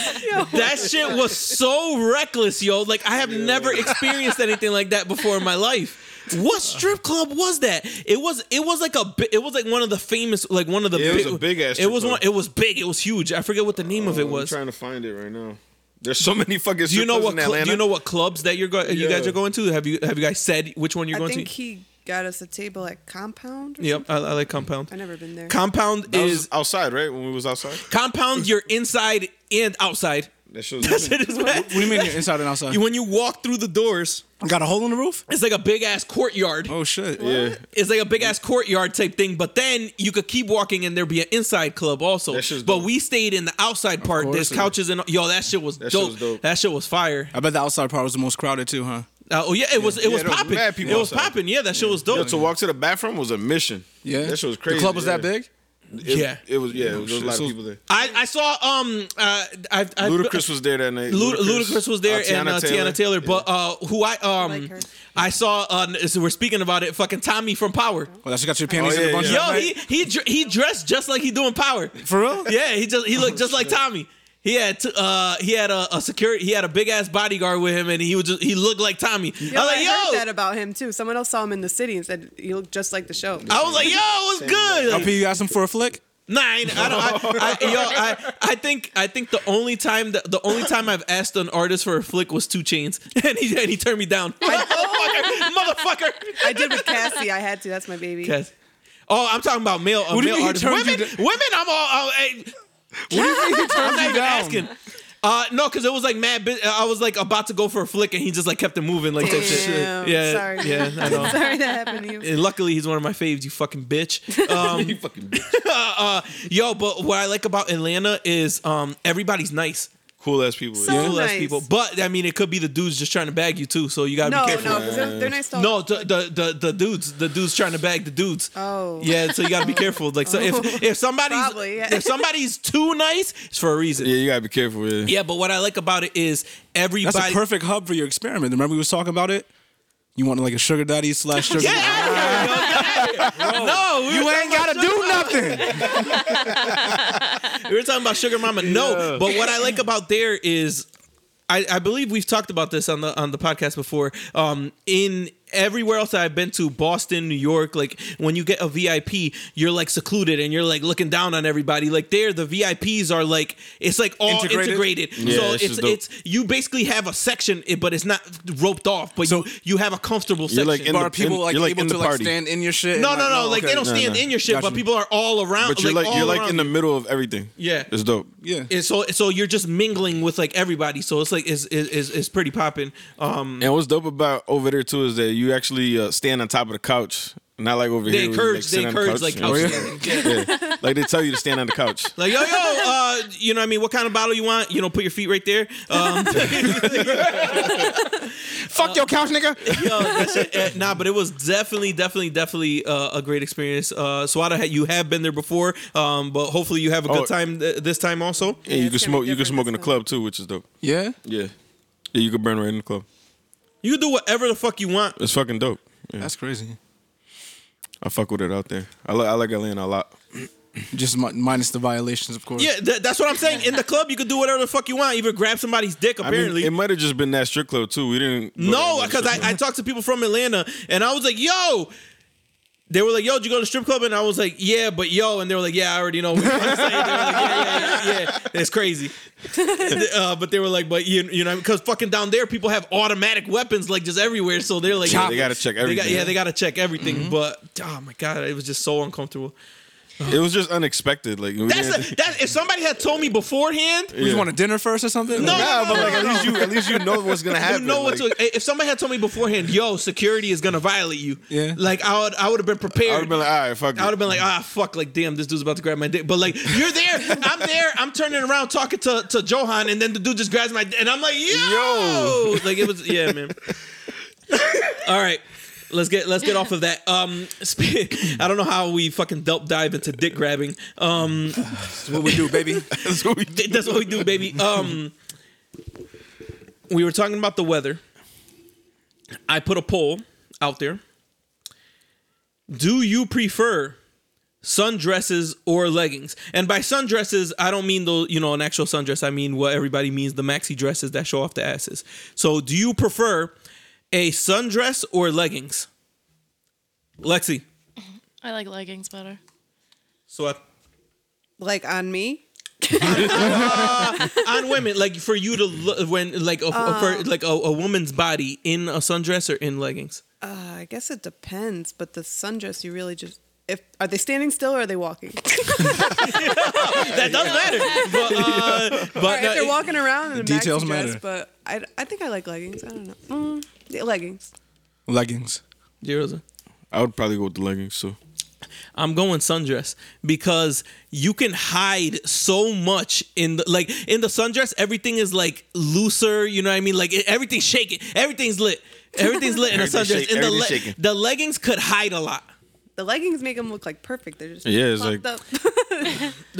that shit was so reckless, yo. Like I have never experienced anything like that before in my life. What strip club was that? It was it was like a bi- it was like one of the famous like one of the Yeah, it was a big-ass it strip was one club. it was big it was huge I forget what the name of it was I'm trying to find it right now. There's so many fucking. do you know what in cl- Atlanta. do you know what clubs that you're go- you guys Yeah. are going to? Have you have you guys said which one you're I going think to? he got us a table at Compound. Or yep, I, I like compound. I've never been there. Compound That is was outside, right? When we was outside. compound. You're inside and outside. That shit was That's it. Is What do you mean you're inside and outside? when you walk through the doors, got a hole in the roof? it's like a big ass courtyard. Oh shit. Yeah, It's like a big ass courtyard type thing. But then you could keep walking and there'd be an inside club also. That shit's But dope. we stayed in the outside part. course There's it is. couches and yo, that shit was, That shit dope. was dope. That shit was fire. I bet the outside part was the most crowded too, huh? Uh, oh yeah, it was it was there was popping. mad people It was outside. popping. Yeah, that shit was dope. Yo, to walk to the bathroom was a mission. Yeah. that shit was crazy. The club was yeah. that big? It, Yeah. it was. Yeah, it was, there was a lot So- of people there. I, I saw um uh I, I Ludacris was there that night. Lud- Ludacris was there uh, and uh, Tiana Taylor, but uh, who I um like her. I saw uh, so we're speaking about it. Fucking Tommy from Power. Well, that's got your panties Oh, in a yeah, bunch. yeah. Yo, that he night? he dr- he dressed just like he doing Power. for real? Yeah, he just he looked just like Tommy. He had t- uh he had a, a security he had a big ass bodyguard with him and he was just he looked like Tommy. Yo, I was I like heard that yo. about him too. Someone else saw him in the city and said he looked just like the show. I was like yo, it was good. Like, LP, you asked him for a flick? Nah, I, ain't- I don't. I, I, yo, I, I think I think the only time that, the only time I've asked an artist for a flick was Two Chains, and he and he turned me down. Like, motherfucker, motherfucker. I did with Cassie. I had to. That's my baby. Yes. Oh, I'm talking about male, uh, What do male you mean he artists. turned you Women, down? women, I'm all. I'll, hey, I'm not even asking. Uh, no, because it was like mad. bu- I was like about to go for a flick, and he just like kept it moving like that Damn. shit. Yeah, Sorry. yeah, I know. Sorry that happened to you. And luckily, he's one of my faves. You fucking bitch. Um, You fucking Uh, yo, but what I like about Atlanta is um, everybody's nice. cool ass people. So- yeah. Cool ass nice. people, but I mean, it could be the dudes just trying to bag you too. So you gotta No, be no, careful. 'cause they're, they're nice. To all- No, the, the the the dudes, the dudes trying to bag the dudes. Oh. Yeah, so you gotta be careful. Like, so if if somebody's Probably, yeah. if somebody's too nice, it's for a reason. yeah, Yeah. you gotta be careful. Yeah, but what I like about it is everybody. That's a perfect hub for your experiment. Remember we was talking about it? You want like a sugar daddy slash sugar Get out of here, yo, get out of here. No, we You were, ain't gotta do nothing. we were talking about Sugar Mama. No, but what I like about there is, I, I believe we've talked about this on the on the podcast before. Um, in everywhere else that I've been to, Boston, New York, like when you get a VIP, you're like secluded and you're like looking down on everybody. Like there, the VIPs are like it's like all Integrated? integrated. Yeah, so this is it's dope. it's you basically have a section, it- but it's not roped off. But So- you you have a comfortable You're, section. like, in But are the- people like you're, like, able in to the like party. stand in your shit? and, no, like, no, no, Like they okay. don't stand no. in your shit, Gotcha. but people are all around. but you're like, like, all you're like around in you. the middle of everything. Yeah. it's dope. Yeah. And so so you're just mingling with like everybody. So it's like it's it's, it's- it's pretty popping. Um And what's dope about over there too is that you actually uh, stand on top of the couch, not like they over here. where you, encourage like, sit they on the encourage like you couch know? standing. Yeah. Yeah. Like they tell you to stand on the couch. Like yo yo, uh, you know what I mean? What kind of bottle you want? You know, put your feet right there. Um, Fuck your couch, nigga. yo, that's it. Uh, nah, but it was definitely, definitely, definitely uh, a great experience. Uh, Swada, ha- you have been there before, um, but hopefully you have a Oh. good time th- this time also. And you it's can gonna be smoke. You can different smoke in the this club too, which is dope. Yeah. Yeah. Yeah, you could burn right in the club. You can do whatever the fuck you want. It's fucking dope. Yeah, That's crazy. I fuck with it out there. I like I like Atlanta a lot. Just mi- minus the violations, of course. Yeah, th- that's what I'm saying. In the club, you can do whatever the fuck you want. Even grab somebody's dick. I mean, Apparently, it might have just been that strip club too. We didn't. go to No, another because strip I, I club. talked to people from Atlanta and I was like, yo. They were like, yo, did you go to the strip club? And I was like, yeah, but yo. And they were like, yeah, I already know what you're going to say. They were like, yeah, yeah, yeah, yeah. It's crazy. uh, but they were like, but you, you know, because fucking down there, people have automatic weapons like just everywhere. So they're like, they gotta check They got, everything. yeah, they got to check everything. Mm-hmm. But oh my God, it was just so uncomfortable. it was just unexpected. Like we That's didn't- a, that. If somebody had told me beforehand, You Yeah. want a dinner first or something? No, Nah, no, but no, like no, at least you at least you know what's gonna happen. you know like, what to, if somebody had told me beforehand, yo, security is gonna violate you. Yeah. Like I would I would have been prepared. I would have been like, all right, fuck. I would it. have been like, ah, fuck, like, damn, this dude's about to grab my dick. But like, you're there, I'm there, I'm turning around talking to, to Johan, and then the dude just grabs my dick, and I'm like, yo, Yo. like it was, yeah, man. All right, let's get let's get off of that. Um, sp- I don't know how we fucking delp dive into dick grabbing. Um, That's what we do, baby. That's what we did. th- that's what we do, baby. Um, we were talking about the weather. I put a poll out there. Do you prefer sundresses or leggings? And by sundresses, I don't mean the you know an actual sundress. I mean what everybody means the maxi dresses that show off the asses. So, do you prefer a sundress or leggings? Lexi. I like leggings better. So I, Like on me, on women, like for you to look when like a, for like a, a woman's body in a sundress or in leggings. uh, I guess it depends. But the sundress, you really just if are they standing still or are they walking? That does matter. But, uh, but Or if uh, they're walking around in a details maxi matter. dress, but I, I think I like leggings. I don't know. Mm, yeah, leggings. Leggings. Zeros. I would probably go with the leggings too. I'm going sundress because you can hide so much in the like in the sundress. Everything is like looser. You know what I mean? Like it- everything's shaking. Everything's lit. Everything's lit in a Everything's sundress. shake- in the, everything's le- shaking. the leggings could hide a lot. The leggings make them look like perfect. They're just Yeah, it's fucked like- up.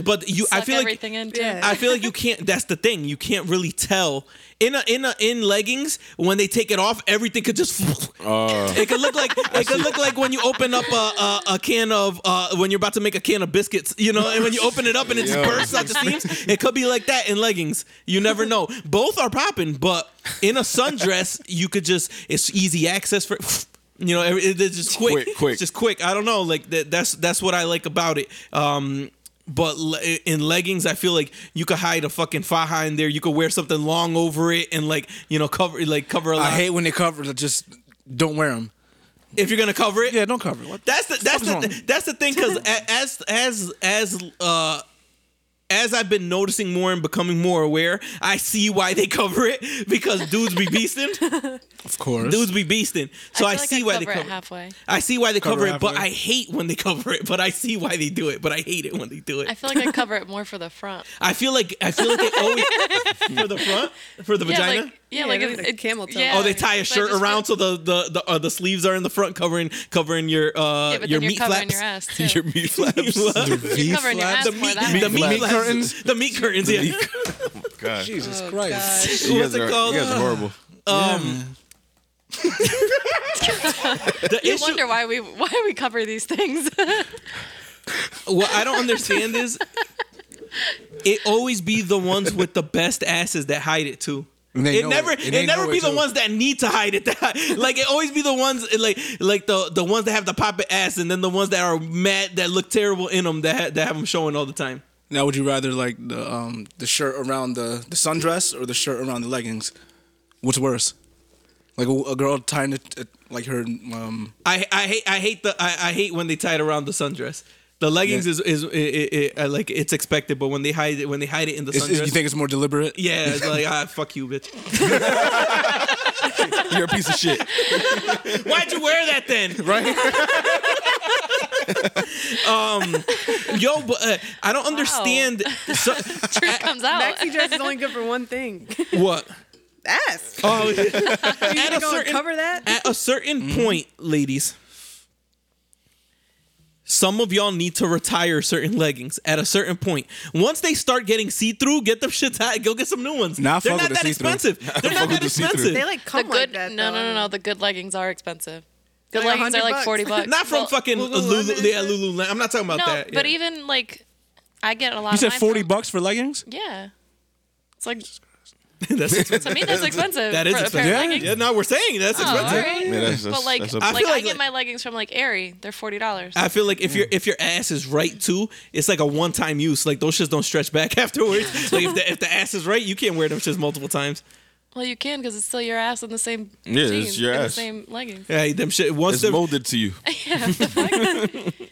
But you, Suck I feel like everything in too. Yeah. I feel like you can't. That's the thing. You can't really tell in a, in a, in leggings when they take it off. Everything could just. Uh. it could look like it could look like when you open up a, a, a can of uh, when you're about to make a can of biscuits, you know, and when you open it up and it just Yo. bursts out the seams. It could be like that in leggings. You never know. Both are popping, but in a sundress, you could just it's easy access for. You know, every- it- it's just quick, Quick, quick. It's just quick. I don't know, like that, that's that's what I like about it. Um, but le- in leggings, I feel like you could hide a fucking faja in there. You could wear something long over it and like you know cover like cover a lot. I hate when they cover. it, Just don't wear them. if you're gonna cover it. Yeah, don't cover. it. What? That's the that's Fuck's the, wrong? that's the thing because as as as uh as I've been noticing more and becoming more aware, I see why they cover it because dudes be beastin', Of course. dudes be beastin'. So feel I, like see I why cover they it cover. It halfway. I see why they cover, Cover it, but halfway. I hate when they cover it. But I see why they do it. But I hate it when they do it. I feel like I cover it more for the front. I feel like I feel like they always for the front for the Yeah, vagina. like, yeah, Yeah, like they if do the camel toe. yeah, Oh, they tie a like shirt Uh, just around put- so the the the, uh, the sleeves are in the front, covering covering your uh yeah, but your then you're meat covering flaps. your ass too. Your meat flaps. What? You're covering your ass the more meat, that the way. meat flaps. flaps. curtains? the meat curtains. Yeah, God, Jesus Christ. you What's guys, it are, called? you guys are horrible. the You issue. wonder why we why we cover these things. What I don't understand is it always be the ones with the best asses that hide it too. And they It know never, it. And it, they never know be it, the too. ones that need to hide it. That, like it always be the ones, like like the the ones that have the poppin' ass, and then the ones that are mad that look terrible in them that ha- that have them showing all the time. Now, would you rather like the um the shirt around the the sundress or the shirt around the leggings? What's worse? Like a, a girl tying it uh, like her um I I hate I hate the I, I hate when they tie it around the sundress. The leggings Yeah. is is it, it, it, uh, like it's expected, but when they hide it when they hide it in the is, sundress, is- you think it's more deliberate? yeah, it's like ah fuck you, bitch. You're a piece of shit. Why'd you wear that then? Right? Um, Yo, but uh, I don't understand. So, Truth comes out. Maxi dress is only good for one thing. what? Ass. Oh, You at a gonna go and certain cover that? at a certain point, ladies, Some of y'all need to retire certain leggings at a certain point. Once they start getting see through, get them shit out. Go get some new ones. Nah, I They're fuck not with that the see-through. expensive. They're fuck not with that the see-through. expensive. They like The come good, like that. no, though. no, no, no. The good leggings are expensive. Good Like leggings are 100 like bucks. forty bucks. Not from Well, fucking Lululemon Lulu, and yeah, shit? Lululemon. I'm not talking about No, that. but yeah. even like, I get a lot. You of said mine forty from- bucks for leggings? Yeah, it's like that's expensive. to me that's expensive. that is for a pair of expensive. Yeah, leggings. yeah, no, we're saying that's Oh, expensive. all right. Yeah, that's- that's- but like, that's a- like, I feel I like- get my leggings from like Aerie. They're forty dollars. I feel like if your if your ass is right too, it's like a one time use. Like those shits don't stretch back afterwards. like if the, if the ass is right, you can't wear them shits multiple times. Well, you can because it's still your ass in the same Yeah, it's jeans, your in ass. the same leggings. Hey, them shit once It's they're molded to you.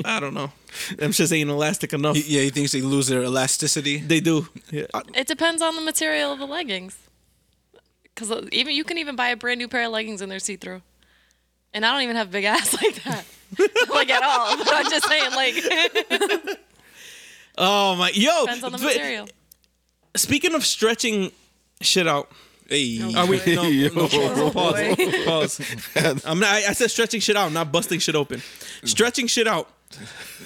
I don't know. Them shits ain't elastic enough. He- yeah, he thinks they lose their elasticity. They do. Yeah. It depends on the material of the leggings. Because even you can even buy a brand new pair of leggings and they're see through. And I don't even have big ass like that, like at all. But I'm just saying, like, Oh my yo. depends on the but material. Speaking of stretching shit out. Hey, Are we no, Yo. no, pause, boy. pause, pause. I'm not, I, I said stretching shit out, not busting shit open. Stretching shit out.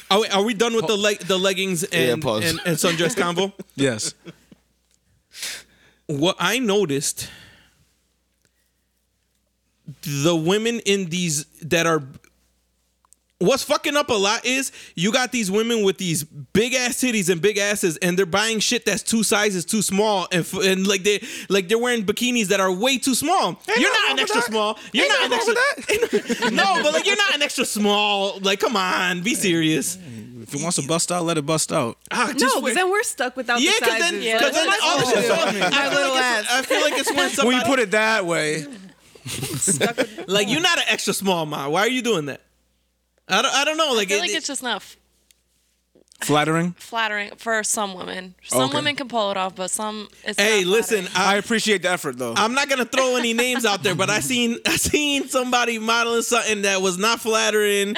Are we, are we done with the leg, the leggings and, pause. and, and sundress convo? yes. what I noticed the women in these that are what's fucking up a lot is you got these women with these big ass titties and big asses and they're buying shit that's two sizes too small and f- and like they like they're wearing bikinis that are way too small you're not an extra small you're not an extra no but like you're not an extra small like come on be serious If he wants to bust out, let it bust out. Ah, just No, wear- because then we're stuck without yeah, the because sizes. then, Yeah, cause then that's all the what shit's I mean. My I feel little like it's- ass. I feel like it's when somebody When you put it that way, Like you're not an extra small mom. Why are you doing that? I don't. I don't know. Like, I feel like it- it's just not f- flattering. flattering for some women. Some Okay. women can pull it off, but some. It's hey, not listen. flattering. I I, appreciate the effort though. I'm not gonna throw any names out there, but I seen I seen somebody modeling something that was not flattering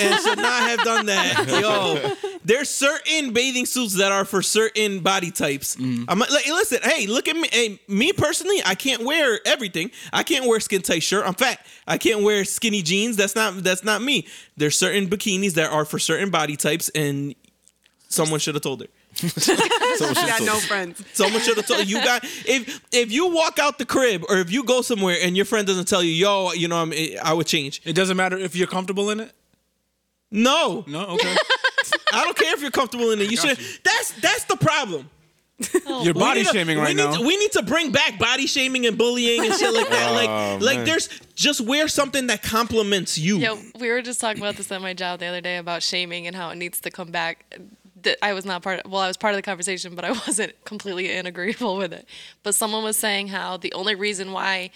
and should not have done that. Yo, there's certain bathing suits that are for certain body types. Mm-hmm. I'm like, like, listen. Hey, look at me. Hey, me personally, I can't wear everything. I can't wear skin tight shirt. I'm fat. I can't wear skinny jeans. That's not that's not me. There's certain bikinis that are for certain body types, and someone should have told her. She got no friends. Someone should have told you got if if you walk out the crib or if you go somewhere and your friend doesn't tell you, yo, you know, I'm, I would change. It doesn't matter if you're comfortable in it. No, No, okay. I don't care if you're comfortable in it. You should. That's that's the problem. We You're body need to- shaming right we need now. To, we need to bring back body shaming and bullying and shit like that. Like like there's just wear something that compliments you. Yeah, we were just talking about this at my job the other day about shaming and how it needs to come back. Th- I was not part of, well, I was part of the conversation, but I wasn't completely inagreeable with it. But someone was saying how the only reason why,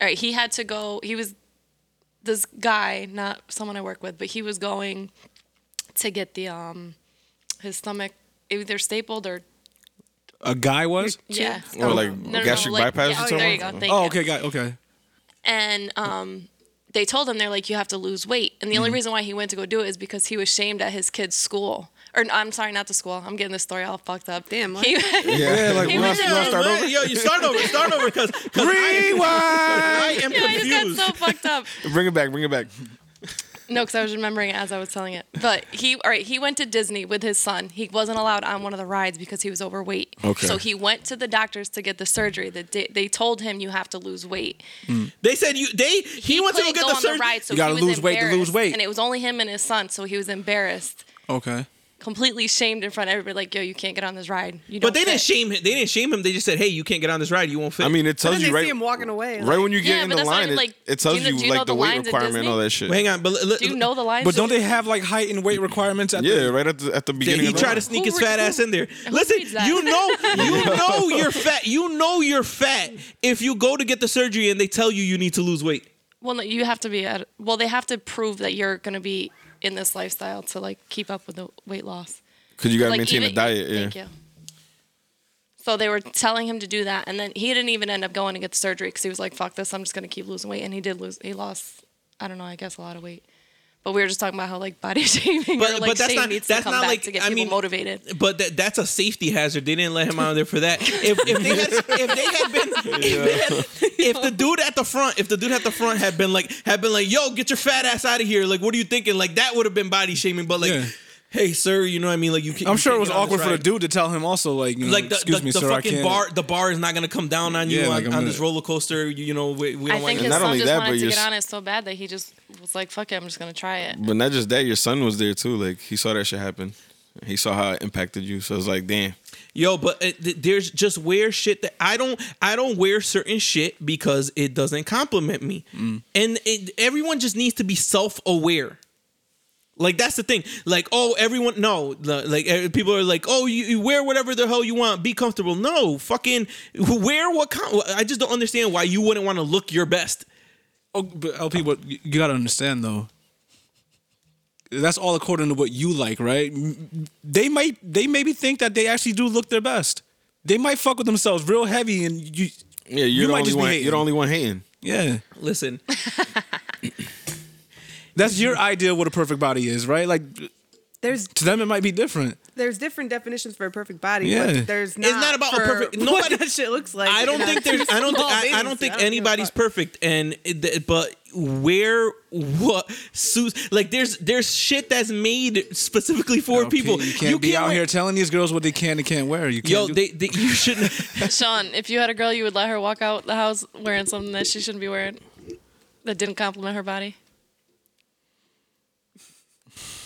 all right, he had to go, he was this guy, not someone I work with, but he was going to get the, um, his stomach either stapled or, a guy was. yeah. Or like No, no, gastric no, like- bypass yeah, or oh, something. there you go. Thank Oh, you. okay, guy. Okay. and um, they told him they're like you have to lose weight and the only reason why he went to go do it is because he was shamed at his kid's school or i'm sorry not the school i'm getting this story all fucked up Damn, what? he, Yeah, like He we're not was we're not just- start Man, over. Yo, you start over, start over, because Rewind. I am Yeah, I just confused. got so fucked up Bring it back. Bring it back. No, because I was remembering it as I was telling it. But he, all right, he went to Disney with his son. He wasn't allowed on one of the rides because he was overweight. Okay. So he went to the doctors to get the surgery. The di- they told him you have to lose weight. they said you. They he, went to go couldn't get go the on surgery. the ride, so You gotta he was lose weight to lose embarrassed. weight. And it was only him and his son, so he was embarrassed, Okay. completely shamed in front of everybody. Like, yo, you can't get on this ride. You don't but they didn't fit." shame him. They didn't shame him. They just said, "Hey, you can't get on this ride. You won't fit." I mean, it But tells then you they right, see him walking away. right when you get Yeah, in but the that's not line. even, it- like, it tells do you- you, do you know like the the weight lines at requirement and all that shit. Well, hang on, but let- Do you know the lines? But don't that- they have like height and weight requirements at Yeah, the right at the at the Yeah, beginning. he of the tried line. to sneak his Who re- fat ass in there. Listen, reads that? you know, you know you're fat. You know you're fat if you go to get the surgery and they tell you you need to lose weight. Well, no, you have to be at. Well, they have to prove that you're going to be in this lifestyle to like keep up with the weight loss. Cause you gotta like maintain a even- diet. Thank Yeah. you. So they were telling him to do that, and then he didn't even end up going to get the surgery because he was like, "Fuck this! I'm just gonna keep losing weight." And he did lose. He lost. I don't know. I guess a lot of weight. But we were just talking about how like body shaming But- or but like that's shame not- needs that's to come not back like- to get I people mean- motivated. But that, that's a safety hazard. They didn't let him out there for that. If, if they had, if they had been, if, they had- if the dude at the front, if the dude at the front had been like, had been like, yo, get your fat ass out of here. Like, what are you thinking? Like, that would have been body shaming. But like, Yeah. hey, sir, you know what I mean? Like, you. Can't, I'm you sure can't it was get on this awkward for the ride. dude to tell him also, like, you know, Like the, excuse the, me, the sir, I fucking can't. bar, the bar is not gonna come down on you Yeah, like, on, I'm on not- this roller coaster. You, you know, we, we I don't want think you- his not son only just that, but wanted to your get s- on it so bad that he just was like, "Fuck it, I'm just gonna try it." But not just that, your son was there too. Like he saw that shit happen. He saw how it impacted you. So it's like, damn. Yo, but it, th- there's just wear shit that I don't. I don't wear certain shit because it doesn't compliment me, and it, everyone just needs to be self aware. Like that's the thing. Like oh, everyone no. the- Like eh, people are like oh, you, you wear whatever the hell you want. Be comfortable. No, fucking wear what. Com- I just don't understand why you wouldn't want to look your best. Oh, but LP, what you you gotta understand though. That's all according to what you like, right? M- They might, they maybe think that they actually do look their best. They might fuck with themselves real heavy, and you, Yeah, you're You the might only just be one. hating. You're the only one hating. yeah, Listen, that's your idea of what a perfect body is, right? Like There's to them, it might be different. there's different definitions for a perfect body. Yeah. But there's not. not about a for perfect- what nobody- that shit looks like. I don't You know, think there's. I don't. Think, small I, I babies. don't think give a anybody's fuck. perfect. And it- th- but where what suits like there's there's shit that's made specifically for LP, people. you can't be out wear- here telling these girls what they can and can't wear. You can't Yo, do- they, they you shouldn't. Sean, if you had a girl, you would let her walk out the house wearing something that she shouldn't be wearing, that didn't compliment her body.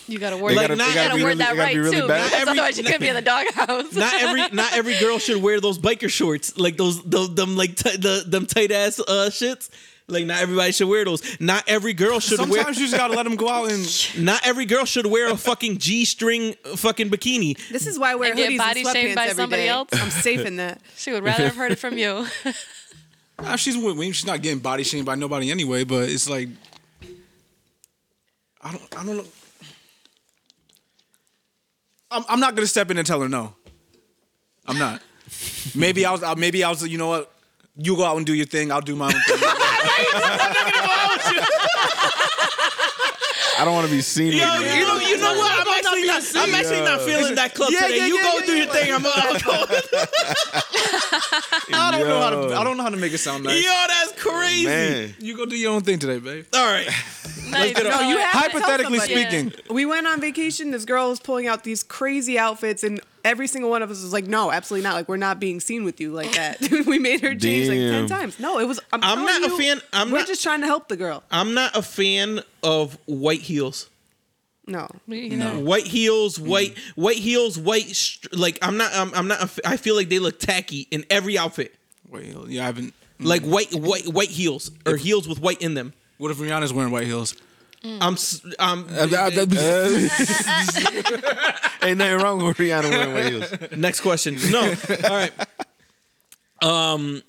You gotta word, They like, gotta- you they gotta, gotta be word really- that they gotta right be really too, bad. because Not every- otherwise you could be in the doghouse. Not every not every girl should wear those biker shorts like those, those them like t- the them tight ass uh shits. Like not everybody should wear those. Not every girl should sometimes wear. you just gotta let them go out and Not every girl should wear a fucking g string fucking bikini. This is why I wear And get hoodies body and shamed sweatpants by every somebody day. else? I'm safe in that. she would rather have heard it from you. Nah, she's with me. She's not getting body shamed by nobody anyway. But it's like, I don't, I don't know. I'm, I'm not gonna step in and tell her no. I'm not. Maybe I was. I- Maybe I was. You know what? You go out and do your thing. I'll do my own thing. I don't want to be seen. Yo, like that. you know, you know what? I'm actually not. I'm actually not feeling that club Yeah, today. yeah, you yeah, go yeah, do yeah. your thing. I'm gonna go. I don't know how to. I don't know how to make it sound nice. Yo, that's crazy. Man. You go do your own thing today, babe. All right. no, you No, you have to tell Hypothetically somebody. speaking, We went on vacation. This girl was pulling out these crazy outfits, and every single one of us was like, "No, absolutely not! Like, we're not being seen with you like that." we made her change like ten Damn. times. No, it was. I'm, I'm telling not a you, fan- I'm we're not- just trying to help the girl. I'm not a fan of white heels. No, You know, White heels, Mm. white white heels, white. Str- like I'm not. I'm, I'm not. a f- I feel like they look tacky in every outfit. wait. Yeah, I haven't. Like white white white heels or heels with white in them. What if Rihanna's wearing white heels? Mm. I'm. s- I'm Uh, Ain't nothing wrong with Rihanna wearing white heels. next question. No. All right.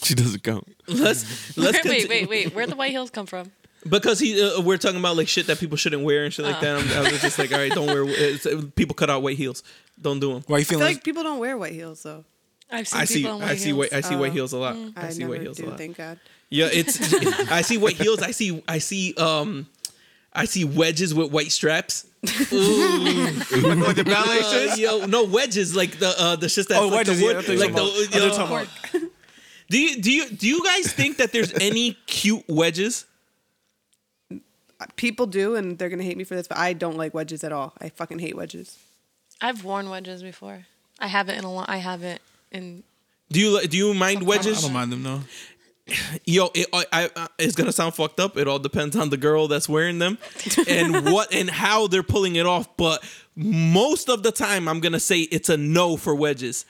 She doesn't count. Let's let's wait, continue. wait, wait. Where'd the white heels come from? Because he, uh, we're talking about like shit that people shouldn't wear and shit like that. I'm, I was just like, all right, don't wear. It's, uh, people cut out white heels. Don't do them. Why you I feeling? feel like people don't wear white heels though. I've seen I people see. in white I see. heels. White, I see white heels a lot. I, I, see never white heels do. a lot. Thank God. Yeah, it's. I see white heels. I see. I see. Um, I see wedges with white straps. like the ballet Uh, yo, no wedges like the uh, the shits that Oh, like wedges, the yeah, wood. I thought you were like talking the, yo, do you do you do you guys think that there's any cute wedges? People do, and they're gonna hate me for this, but I don't like wedges at all. I fucking hate wedges. I've worn wedges before. I haven't in a long. I haven't in. Do you li- do you mind I wedges? don't mind them though. yo, it, I, I, I- it's gonna sound fucked up. It all depends on the girl that's wearing them, and what and how they're pulling it off. But most of the time, I'm gonna say it's a no for wedges.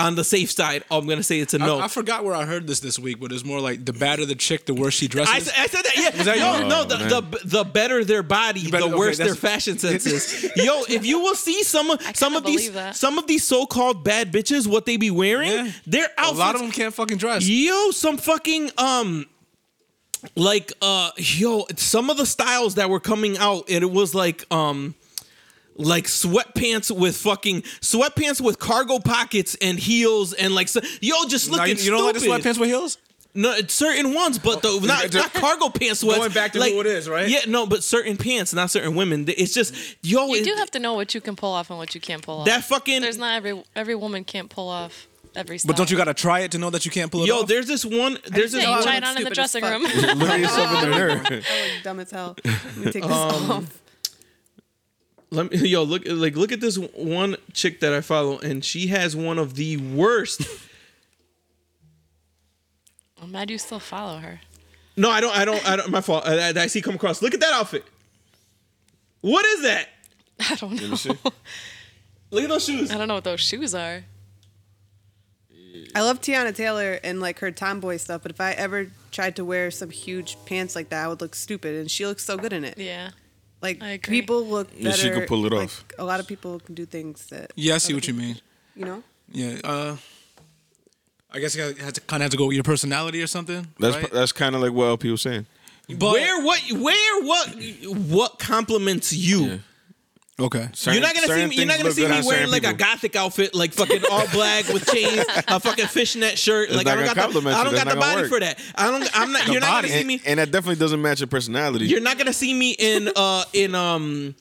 On the safe side, I'm gonna say it's a no. I, I forgot where I heard this this week, but it's more like the badder the chick, the worse she dresses. I, said- I said that, yeah. that yo, you? no, Oh, the, man. the the better their body, better- the okay, worse their that's- fashion senses. yo, if you will see some of some of these believe that. some of these so-called bad bitches, what they be wearing, Yeah. their a outfits lot of them can't fucking dress. Yo, some fucking um like uh yo, some of the styles that were coming out and it was like um like sweatpants with fucking sweatpants with cargo pockets and heels and like so, yo just Now, looking you, you don't like the stupid. sweatpants with heels? No, it's certain ones, but the not, not cargo pants sweats. Oh, Going back to who it is, right? Yeah, no, but certain pants, not certain women. It's just yo. You it- do have to know what you can pull off and what you can't pull off. that fucking There's not every every woman can't pull off every style. But don't you gotta try it to know that you can't pull it yo. off? There's this one. There's this Yeah, you No, try I one. it on in look the dressing stupid as fuck. room. Look at yourself in the mirror. I look dumb as hell. Let me take Um, this off. Let me, yo, look like look at this one chick that I follow, and she has one of the worst. I'm mad you still follow her. no, I don't. I don't. I don't. My fault. I, I- I see come across. Look at that outfit. What is that? I don't know. Look at those shoes. I don't know what those shoes are. I love Tiana Taylor and like her tomboy stuff, but if I ever tried to wear some huge pants like that, I would look stupid. And she looks so good in it. Yeah. Like I agree. people look better. Yeah, she could pull it like, off. A lot of people can do things that. yeah, I see other what you people- mean. You know, Yeah. Uh, I guess you gotta- have to kind of have to go with your personality or something. That's right? that's kind of like what LP was saying. But- Where what? Where what? What compliments you? Okay. you're not gonna see certain me. You're not things gonna look see good me on wearing certain like a people. gothic outfit, like fucking all black with chains, a fucking fishnet shirt. It's Like not I don't got gonna the, compliment I you. don't That's got the not gonna body work. for that. I don't. I'm not. You're not gonna see And, me. and that definitely doesn't match your personality. You're not gonna see me in uh in um.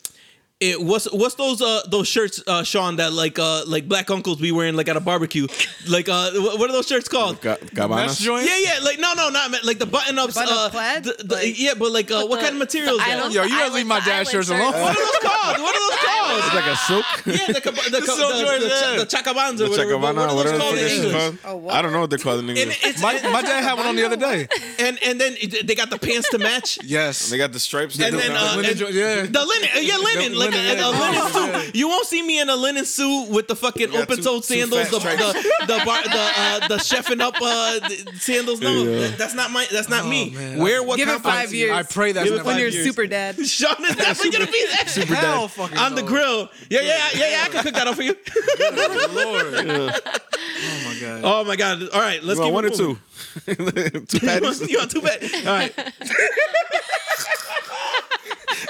It, what's what's those uh those shirts uh Sean that like uh like black uncles be wearing like at a barbecue like uh wh- what are those shirts called Ga- Gabbana. yeah yeah like no no not like the button ups Button-up uh plaid? the- the- Like- yeah but like uh what the- kind of materials the that? island- what Yo, you gotta I leave like my the dad island shirts shirt. alone. are those called what are those called It's like a silk. Yeah, the cab- the, ca- so the, George, the, yeah. the, chacabans or The whatever. but Chacabana, what are those called whatever the fuck in this is English? called. Oh, what? I don't know what they're called in And English. it's My, my dad had one on the other day. and and then it- they got the pants to match. Yes. They got the stripes. And that then go uh, down. linen and jo- yeah. the linen, uh, yeah, linen, The like a- a, linen, yeah. linen suit. You won't see me in a linen suit with the fucking got open two- toed two sandals, fat the stripes. the the, bar, the, uh, the chefing up uh, the sandals. No, Yeah. that's not my. That's not me. man. We're what? give it compliments five you. years. I pray that's when never you're years. super dad. Sean is definitely gonna be that. Super Hell fucking on the no. grill. Yeah, yeah, yeah, yeah. I can cook that up for you. Lord. Oh my god. Oh my god! All right, let's You want keep one it or moving. two? You two want- patties. you want two bad? All right,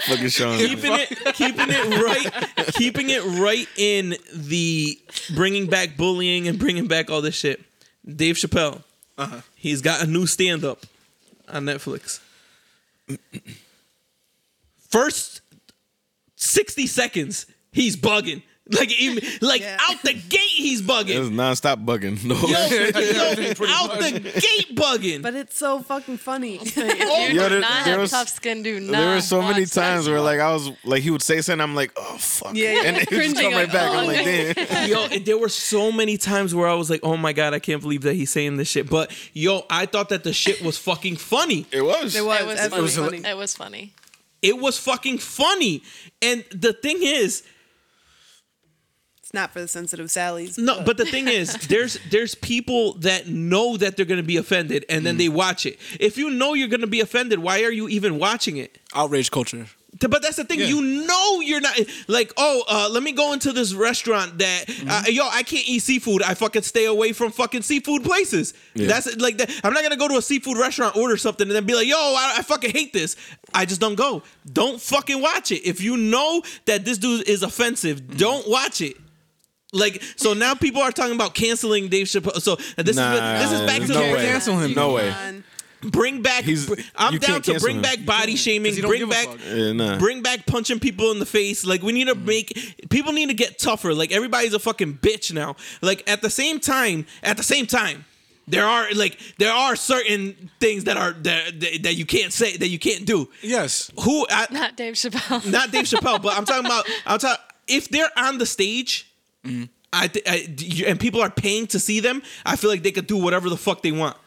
Fucking Sean. keeping it, keeping it right, keeping it right in the bringing back bullying and bringing back all this shit. Dave Chappelle, he's got a new stand up on Netflix. First sixty seconds, he's bugging. Like, even, like Yeah. out the gate, he's It was bugging. nonstop bugging. No. Yo, yo, out the gate, bugging. But it's so fucking funny. If you Yo, do there- not there have was- tough skin, do not. there were so many watch that times where show. like I was like he would say something I'm like oh fuck Yeah, yeah. and it would just Cringing, come right like, back oh, I'm like damn yo, and there were so many times where I was like, oh my god, I can't believe that he's saying this shit. But yo, I thought that the shit was fucking funny. it was It was. it was, absolutely funny. funny. It was funny. It was fucking funny. And the thing is, It's not for the sensitive Sallys. no, but the thing is, there's there's people that know that they're gonna be offended and then they watch it. If you know you're gonna be offended, why are you even watching it? Outrage culture. Th- But that's the thing, Yeah. you know you're not like, oh, uh, let me go into this restaurant that Mm-hmm. uh, yo, I can't eat seafood. I fucking stay away from fucking seafood places. That's like that. I'm not gonna go to a seafood restaurant, order something, and then be like, yo, I, I fucking hate this. I just don't go. Don't fucking watch it. If you know that this dude is offensive, Mm-hmm. don't watch it. Like so now people are talking about canceling Dave Chappelle. So this Nah, is this is back there's to no the way. Cancel him. no way On- bring back. He's- I'm you down can't to cancel bring him. back body shaming. 'Cause he don't Bring give a back fuck. yeah, nah. bring back punching people in the face. Like we Mm. need to make people need to get tougher. Like everybody's a fucking bitch now. Like at the same time, at the same time, there are like there are certain things that are that that that you can't say that you can't do. Yes. Who I, Not Dave Chappelle. not Dave Chappelle, but I'm talking about I'm talking if they're on the stage. Mm. I, th- I you- and people are paying to see them. I feel like they could do whatever the fuck they want.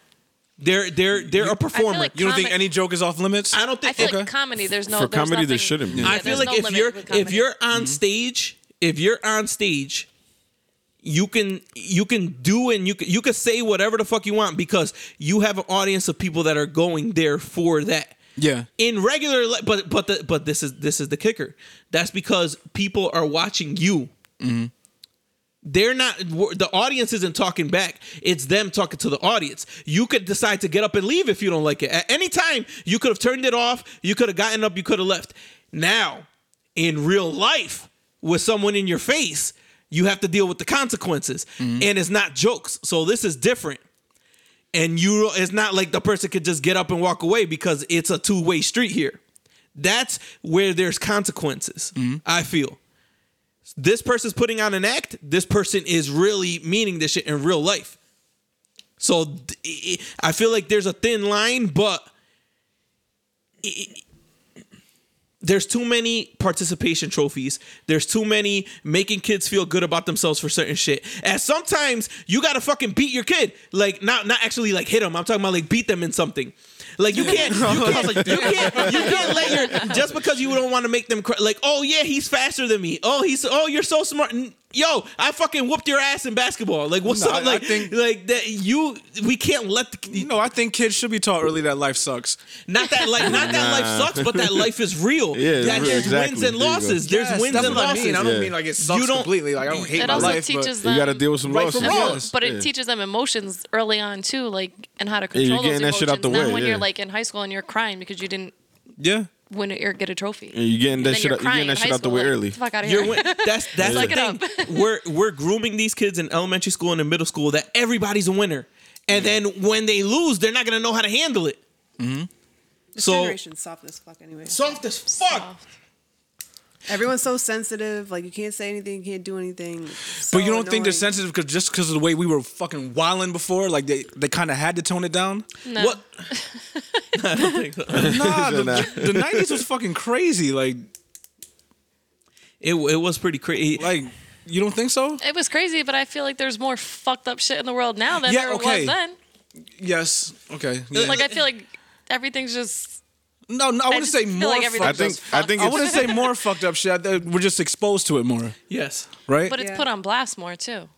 They're they're they're a performer. like You don't think Comic- any joke is off limits? I don't I think feel like comedy. There's no For there's comedy, there nothing- shouldn't be. yeah, I feel there's like no if limit you're with if comedy. you're on stage, if you're on stage, you can you can do and you can you can say whatever the fuck you want because you have an audience of people that are going there for that. Yeah. In regular, li- but but the, but this is this is the kicker. That's because people are watching you. They're not the audience isn't talking back. It's them talking to the audience. You could decide to get up and leave if you don't like it. At any time, you could have turned it off. You could have gotten up. You could have left. Now, in real life, with someone in your face, you have to deal with the consequences, and it's not jokes. So this is different and you it's not like the person could just get up and walk away because it's a two-way street here that's where there's consequences i feel this person's putting on an act this person is really meaning this shit in real life so d- i- i I feel like there's a thin line but there's too many participation trophies. There's too many making kids feel good about themselves for certain shit. And sometimes you gotta fucking beat your kid, like not not actually like hit them. I'm talking about like beat them in something. Like you can't, you can't, you can't, you can't let your just because you don't want to make them cry, like oh yeah he's faster than me. Oh he's oh you're so smart. N- Yo, I fucking whooped your ass in basketball. Like what's No, I- up? I Like think- like that you we can't let the, You know, I think kids should be taught early that life sucks. not that life, not that life sucks, but that life is real. Yeah, it's that real, there's wins exactly. and There you go. losses. There's Yes, wins that's and what losses. I mean. I Yeah. don't mean like it sucks You don't- completely. Like I don't hate It my also life. but- teaches them. You got to deal with some Right losses. from And wrong. well, Yes. but it Yeah. teaches them emotions early on too, like and how to you're control those getting that emotions. shit out the not way, when yeah. you're like in high school and you're crying because you didn't yeah. win or get a trophy. And you getting that then shit you're out- you getting crying that in shit high out the school, way like, early. get the Fuck out of You're win- here. that's that's Suck the it thing. we're we're grooming these kids in elementary school and in middle school that everybody's a winner, and then when they lose, they're not gonna know how to handle it. This So- generation's soft as fuck anyway. Soft as fuck. Soft. Everyone's so sensitive. Like you can't say anything, you can't do anything. So But you don't think they're annoying. sensitive because just because of the way we were fucking wilding before, like they, they kind of had to tone it down. No. What? I don't think so. Nah, the, Nah. the '90s was fucking crazy. Like, It it was pretty crazy. like you don't think so? It was crazy, but I feel like there's more fucked up shit in the world now than Yeah, there okay. was then. Yes. Okay. yeah. Like I feel like everything's just no, no, I wouldn't just say feel more. like fucked everything I up. think Fuck. I think I it's, wouldn't say more fucked up shit. I think We're just exposed to it more, yes. right? but it's Yeah. put on blast more too.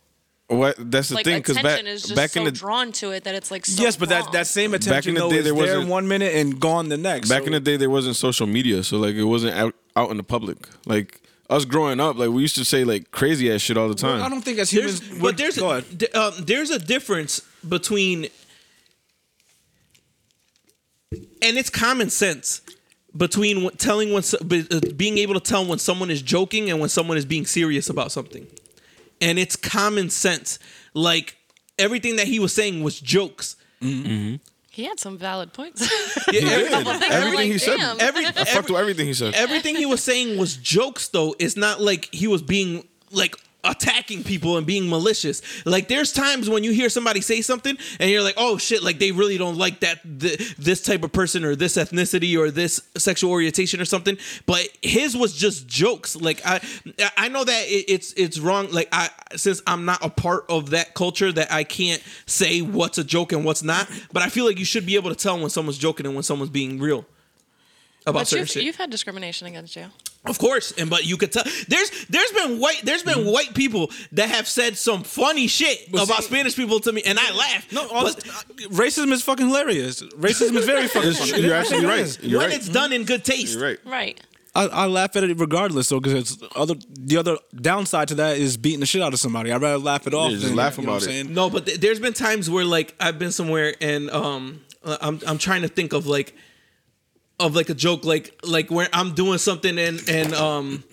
what that's the Like thing because attention back is just back so in the drawn to it that it's like so yes, but that wrong. that same attention in the though, day, is there there wasn't- one minute and gone the next. back so- in the day there wasn't social media, so like it wasn't out, out in the public. Like us growing up, like we used to say like crazy ass shit all the time. I don't think as humans, There's, we're- but there's go ahead. d- um, there's a difference between, and it's common sense between wh- telling when so- be- uh, being able to tell when someone is joking and when someone is being serious about something, and it's common sense. Like everything that he was saying was jokes. he had some valid points. He did. couple things, I'm everything like, he said. damn. Every, I fucked every with everything he said. everything he was saying was jokes though. It's not like he was being like attacking people and being malicious. Like there's times when you hear somebody say something and you're like, "Oh shit, like they really don't like that th- this type of person or this ethnicity or this sexual orientation or something." But his was just jokes. Like I I know that it, it's it's wrong like I since I'm not a part of that culture that I can't say what's a joke and what's not, but I feel like you should be able to tell when someone's joking and when someone's being real about but certain you've, shit. you've had discrimination against you. Of course, and but you could tell there's there's been white there's been white people that have said some funny shit about see- Spanish people to me, and I laugh. No, all but this, racism is fucking hilarious. Racism is very fucking. It's- funny. you're absolutely right. You're when right. it's done in good taste, You're right. Right. I, I laugh at it regardless though, because it's other the other downside to that is beating the shit out of somebody. I'd rather laugh it off. just than, laugh you know about what I'm it. saying? No, but th- there's been times where like I've been somewhere and um I'm I'm trying to think of like of like a joke like like where I'm doing something and and um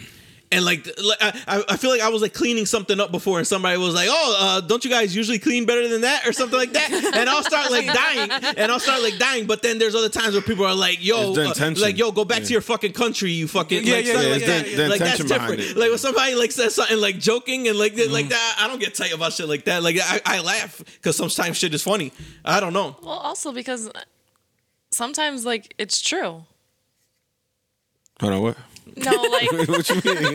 and like, th- like I, I- I feel like I was like cleaning something up before and somebody was like, "Oh, uh, don't you guys usually clean better than that or something like that?" And I'll start like dying and I'll start like dying. But then there's other times where people are like, "Yo, It's the uh, intention. like yo, go back to your fucking country, you fucking Yeah, like, yeah, stuff yeah, like yeah, that." yeah, yeah. The Like that's intention behind different. it. Like when somebody like says something like joking and like like Mm-hmm. that, I don't get tight about shit like that. Like I, I laugh because sometimes shit is funny. I don't know. Well, also because sometimes like it's true. Hold on, what? No, like what you mean?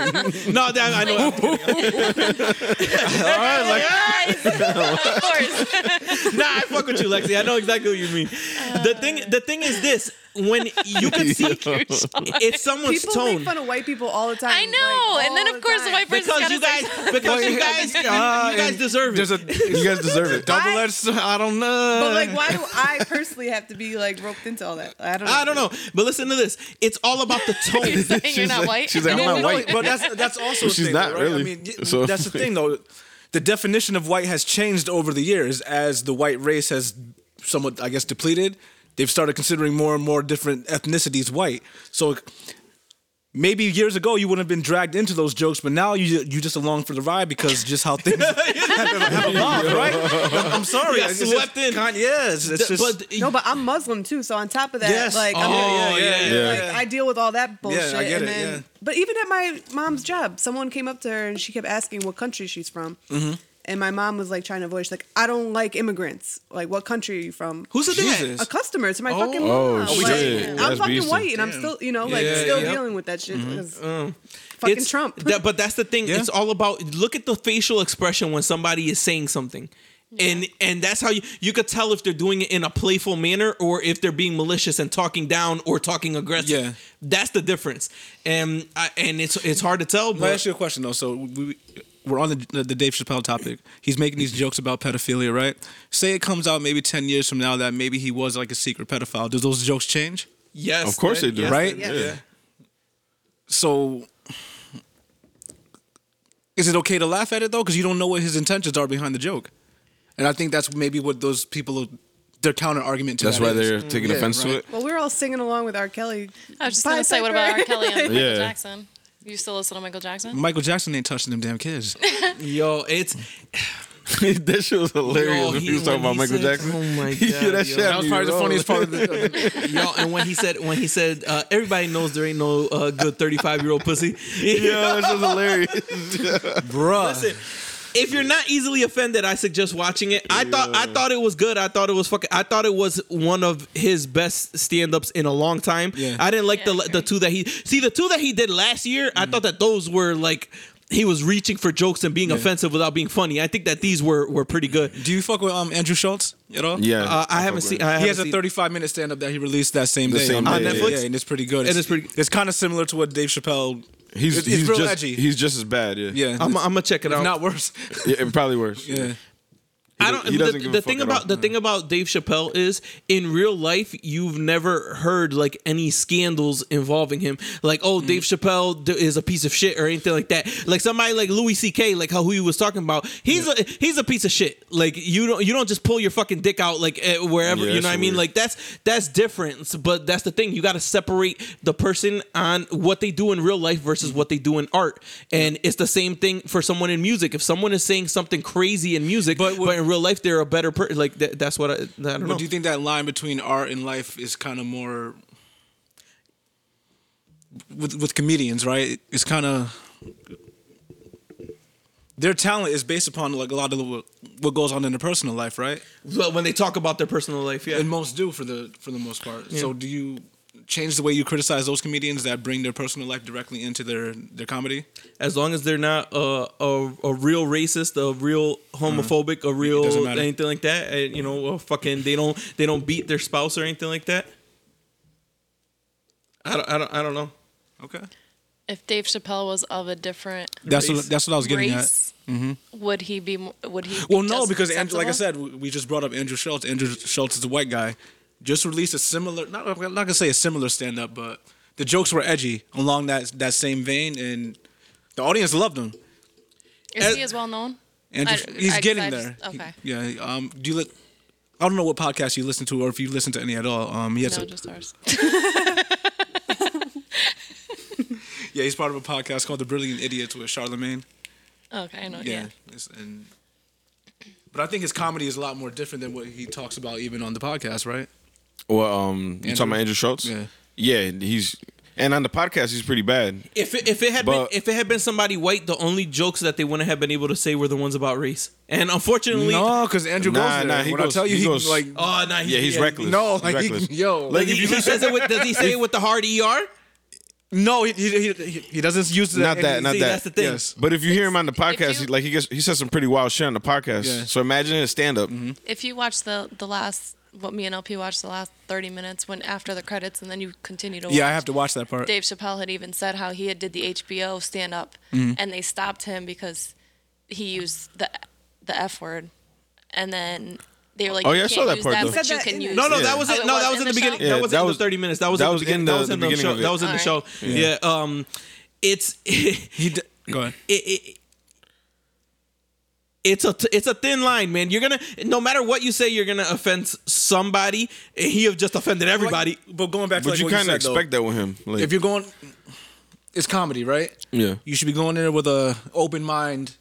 No, that, I know. guys, of course. nah, I fuck with you, Lexi. I know exactly what you mean. the thing, the thing is this: when you can see it's someone's People tone make fun of white people all the time. I know. like, and then all of course the the time. white person's because gotta you guys, say because you guys, you Ah, guys and deserve There's it. a You guys deserve it. double edged. I don't know. But like, why do I personally have to be like roped into all that? I don't. Know. I don't know, but listen to this. It's all about the you're tone. saying you're not like- white. she's like, I'm not No, white. But that's that's also a She's thing, not though, right? really. I mean, y- So- that's the thing though. The definition of white has changed over the years as the white race has somewhat, I guess, depleted. They've started considering more and more different ethnicities white. So maybe years ago you wouldn't have been dragged into those jokes, but now you you just along for the ride because just how things have evolved, right? I'm sorry, You got It's just swept in. Con- yeah, it's, it's just. but uh, No, but I'm Muslim too, so on top of that, Yes. like, Oh, I'm, yeah, yeah, like, yeah, like, I deal with all that bullshit. I get and it, then, yeah. But even at my mom's job, someone came up to her and she kept asking what country she's from, and my mom was like trying to avoid. She's like, I don't like immigrants. Like, what country are you from? who's the Jesus. dad? a customer to my Oh, fucking oh, mom. like, shit. I'm That's fucking beastie. white, and I'm still, you know, like Yeah, still yeah. dealing with that shit. 'cause Fucking It's- Trump. that- but that's the thing. Yeah. It's all about look at the facial expression when somebody is saying something. And and that's how you you could tell if they're doing it in a playful manner or if they're being malicious and talking down or talking aggressive. Yeah. That's the difference. And I, and it's it's hard to tell, Let me ask but you a question though. So we we're on the the Dave Chappelle topic. He's making these jokes about pedophilia, right? Say it comes out maybe ten years from now that maybe he was like a secret pedophile. Does those jokes change? yes. Of course they do. yes, Right? Yeah. Yeah. So is it okay to laugh at it though? Because you don't know what his intentions are behind the joke, and I think that's maybe what those people their counter argument to That's that why is. they're taking offense to right. it. well, we're all singing along with R. Kelly. I was just gonna Bye, say, what about R. Piper. Kelly and Michael Yeah. Jackson? You still listen to Michael Jackson? Michael Jackson ain't touching them damn kids. Yo, it's that shit was hilarious Yo, when he- he was talking when about he Michael said- Jackson. oh my He God, did that yo. shit. That was probably the funniest part of the. yo, and when he said when he said uh, everybody knows there ain't no uh, good 35-year-old pussy. Yeah, that shit was hilarious. Bruh. Listen, if you're not easily offended, I suggest watching it. I thought I thought it was good. I thought it was fucking. I thought it was one of his best stand-ups in a long time. Yeah. I didn't like Yeah, the the two that he see the two that he did last year. I thought that those were like. He was reaching for jokes and being offensive without being funny. I think that these were were pretty good. Do you fuck with um, Andrew Schultz at all? Yeah, Uh, I haven't seen. I He haven't has a seen- 35 minute stand up that he released that same The day same day, yeah. Yeah, and it's pretty good. And it's pretty- It's kind of similar to what Dave Chappelle. He's it's, he's it's real just edgy. he's just as bad. Yeah, yeah, I'm, I'm gonna check it if out. not worse. yeah and probably worse. yeah, I don't. he the doesn't give a the fuck thing at about all. Mm. the thing about Dave Chappelle is in real life you've never heard like any scandals involving him, like oh Mm. Dave Chappelle d- is a piece of shit or anything like that. Like somebody like Louis C.K. like how who he was talking about, he's a he's a piece of shit. Like you don't you don't just pull your fucking dick out like eh, wherever Yeah, you that's know what I mean. weird. Like that's that's different, but that's the thing you got to separate the person on what they do in real life versus what they do in art, and it's the same thing for someone in music. If someone is saying something crazy in music, But but, what- in real life, they're a better person. Like that, that's what I, I don't know. But do you think that line between art and life is kind of more with with comedians, right? It's kind of their talent is based upon like a lot of what, what goes on in their personal life, right? Well, when they talk about their personal life, yeah. And most do for the for the most part. So do you change the way you criticize those comedians that bring their personal life directly into their their comedy? As long as they're not uh, a a real racist, a real homophobic, a doesn't real matter. anything like that. uh, You know, uh, fucking they don't they don't beat their spouse or anything like that. I don't I don't, I don't know. Okay. If Dave Chappelle was of a different That's Race. what that's what I was getting race, would he be? mo- Would he? at. Well, be no, just because Andrew, like I acceptable? said, we we just brought up Andrew Schultz. Andrew Schultz is a white guy. Just released a similar not I'm not gonna say a similar stand up, but the jokes were edgy along that that same vein, and the audience loved him. Is he as well known? Andrew, I- he's I- getting I just- there. okay. Yeah. Um. Do you? Li- I don't know what podcast you listen to, or if you listen to any at all. Um. He has No, a- just ours. yeah. He's part of a podcast called The Brilliant Idiots with Charlemagne. Okay, I know. yeah. Yeah. It's, and but I think his comedy is a lot more different than what he talks about even on the podcast, right? Well, um, you talking Andrew- about Andrew Schultz? Yeah. yeah, he's and on the podcast he's pretty bad. If it, if it had But- been if it had been somebody white, the only jokes that they wouldn't have been able to say were the ones about race. And unfortunately, No, because Andrew Nah, goes there. nah, he when goes- I tell you, he he, goes- like oh no, he, Yeah, he's reckless. no, He's like he- reckless. yo, like if He, you he listen, says it with does he say it with the hard er? no, he he, he, he doesn't use the Not that, and not See, that. that's the thing. Yes. but if you hear him on the podcast, you- he- like he gets he says some pretty wild shit on the podcast. Yeah. Mm-hmm. So imagine his stand up. If you watch the the last what me and LP watched the last thirty minutes when after the credits and then you continue to watch. Yeah, I have to watch that part. Dave Chappelle had even said how he had did the HBO stand up and they stopped him because he used the the F word and then they were like, Oh, "You yeah, I can't saw that use part, that, though. but Said you that can in use." it. No, no, Yeah. that was Oh, it. it No, that was was in in the the beginning. show? That Yeah, was that in the was- thirty minutes. That was that in the was in beginning. the- That was the in the beginning show. of it. That was in the show. Alright. Yeah. Um. It's it, He d- go ahead. it, it's a t- it's a thin line, man. You're gonna no matter what you say, you're gonna offend somebody. He have just offended everybody. but going back to But like you what kind of said, though, expect that with him. Like if you're going it's comedy, right? Yeah. You should be going in there with a open mind.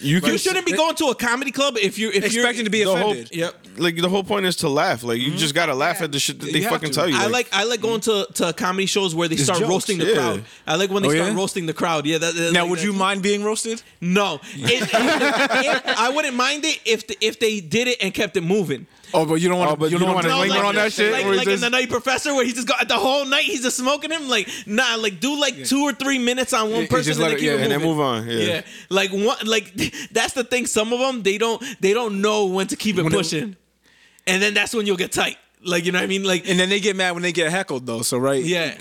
You can You shouldn't be going to a comedy club if you're if you're Expecting to be the whole, offended. yep. Like the whole point is to laugh. Like you just gotta laugh at the shit that they Mm-hmm. You have fucking to. tell you. I like I like going to, to comedy shows where they start jokes, roasting the yeah. crowd. I like when they Oh, start yeah? roasting the crowd. Yeah. That, that- Now, like would that. you mind being roasted? No. It- it- it- I wouldn't mind it if the, if they did it and kept it moving. Oh, but you don't Oh, want but you don't wanna wanna No, linger like, on that shit, Like, or is like this- in the night professor where he just got the whole night he's just smoking him. Like nah, like do like two or three minutes on one Yeah, person and, just let then it- keep yeah, it and then moving. move on. Yeah. Yeah. like one, like that's the thing. Some of them they don't they don't know when to keep it When it- pushing, and then that's when you'll get tight. Like you know what I mean? Like And then they get mad when they get heckled, though. So right? yeah.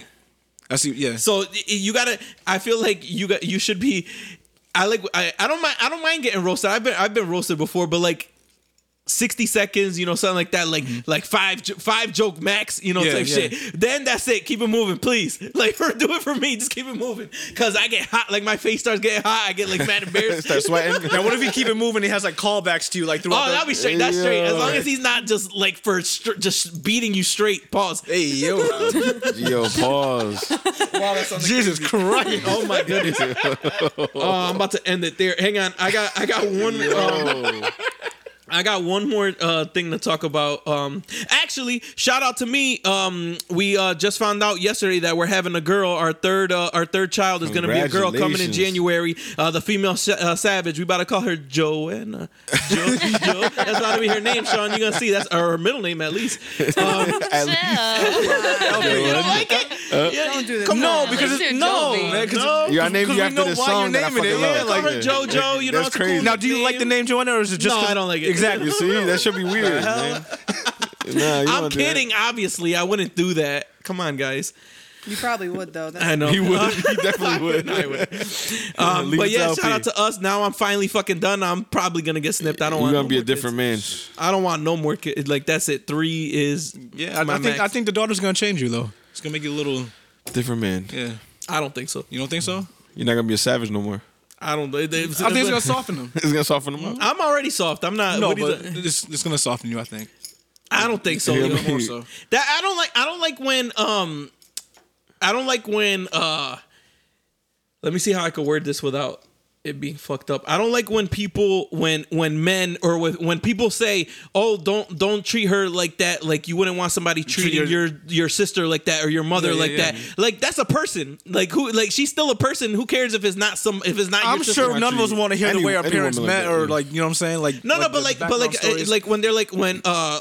I see. Yeah. So, So y- you gotta. I feel like you got. You should be. I like. I, I don't mind. I don't mind getting roasted. I've been. I've been roasted before, but like. 60 seconds, you know, something like that, like like five jo- five joke max, you know, Yeah, type yeah. shit. Then that's it. Keep it moving, please. Like, for, do it for me. Just keep it moving, cause I get hot. Like my face starts getting hot. I get like mad embarrassed. Start sweating. now, what if you keep it moving? and He has like callbacks to you, like throughout. Oh, the- that'll be straight. That's straight. As Yeah. long as he's not just like for str- just beating you straight. Pause. Hey yo, Yo, pause. Jesus Christ! Oh my goodness. Oh, I'm about to end it there. Hang on. I got I got one. Um, Oh. I got one more uh, thing to talk about. Um, actually, shout out to me. Um, we uh, just found out yesterday that we're having a girl. Our third, uh, our third child is going to be a girl coming in Congratulations. January. Uh, the female sa- uh, savage. We about to call her Joanna. Jo- jo. That's about to be her name, Sean. You're gonna see. That's her middle name at least. At least- You don't like it? Don't do this. Come no, on. because Let's it's do no, Jovi. man, 'cause- No. Yeah, I named 'cause we you after know this why you're song that I naming it. fucking Yeah, love. like Call her Yeah. JoJo. You know, That's it's a cool crazy. Now, do you like the name Joanna, or is it just? No, 'cause- I don't like it. Exactly. You see, that should be weird, man. Nah, you I'm don't do that. kidding. Obviously, I wouldn't do that. Come on, guys. You probably would though. That's I know. He would. He definitely would. I would. Um, Leave but it yeah, to shout out LP. to us. Now I'm finally fucking done. I'm probably gonna get snipped. I don't You're want. gonna no be a more different kids. man. I don't want no more kids. Like that's it. Three is. Yeah, I, my I think I max. think the daughter's gonna change you though. It's gonna make you a little. Different man. Yeah, I don't think so. you don't think so? You're not gonna be a savage no more. I don't. They, they, I think it's gonna soften them. It's gonna soften him up. I'm already soft. I'm not. No, what do you but think? it's, it's gonna soften you. I think. I don't think so. Yeah, yo. me- More so. That I don't like. I don't like when. Um, I don't like when. Uh, let me see how I could word this without it being fucked up. I don't like when people, when when men or with, when people say, "Oh, don't don't treat her like that. Like you wouldn't want somebody treating your- your your, sister like that or your mother Yeah, yeah, like yeah. that. Like that's a person. Like who? Like she's still a person. Who cares if it's not some? If it's not. I'm your sister? sure none of us actually- want to hear the any- way our any parents woman like met, that, or yeah. like you know what I'm saying. Like No, no, the but like, but background like, uh, stories. like when they're like, when, uh,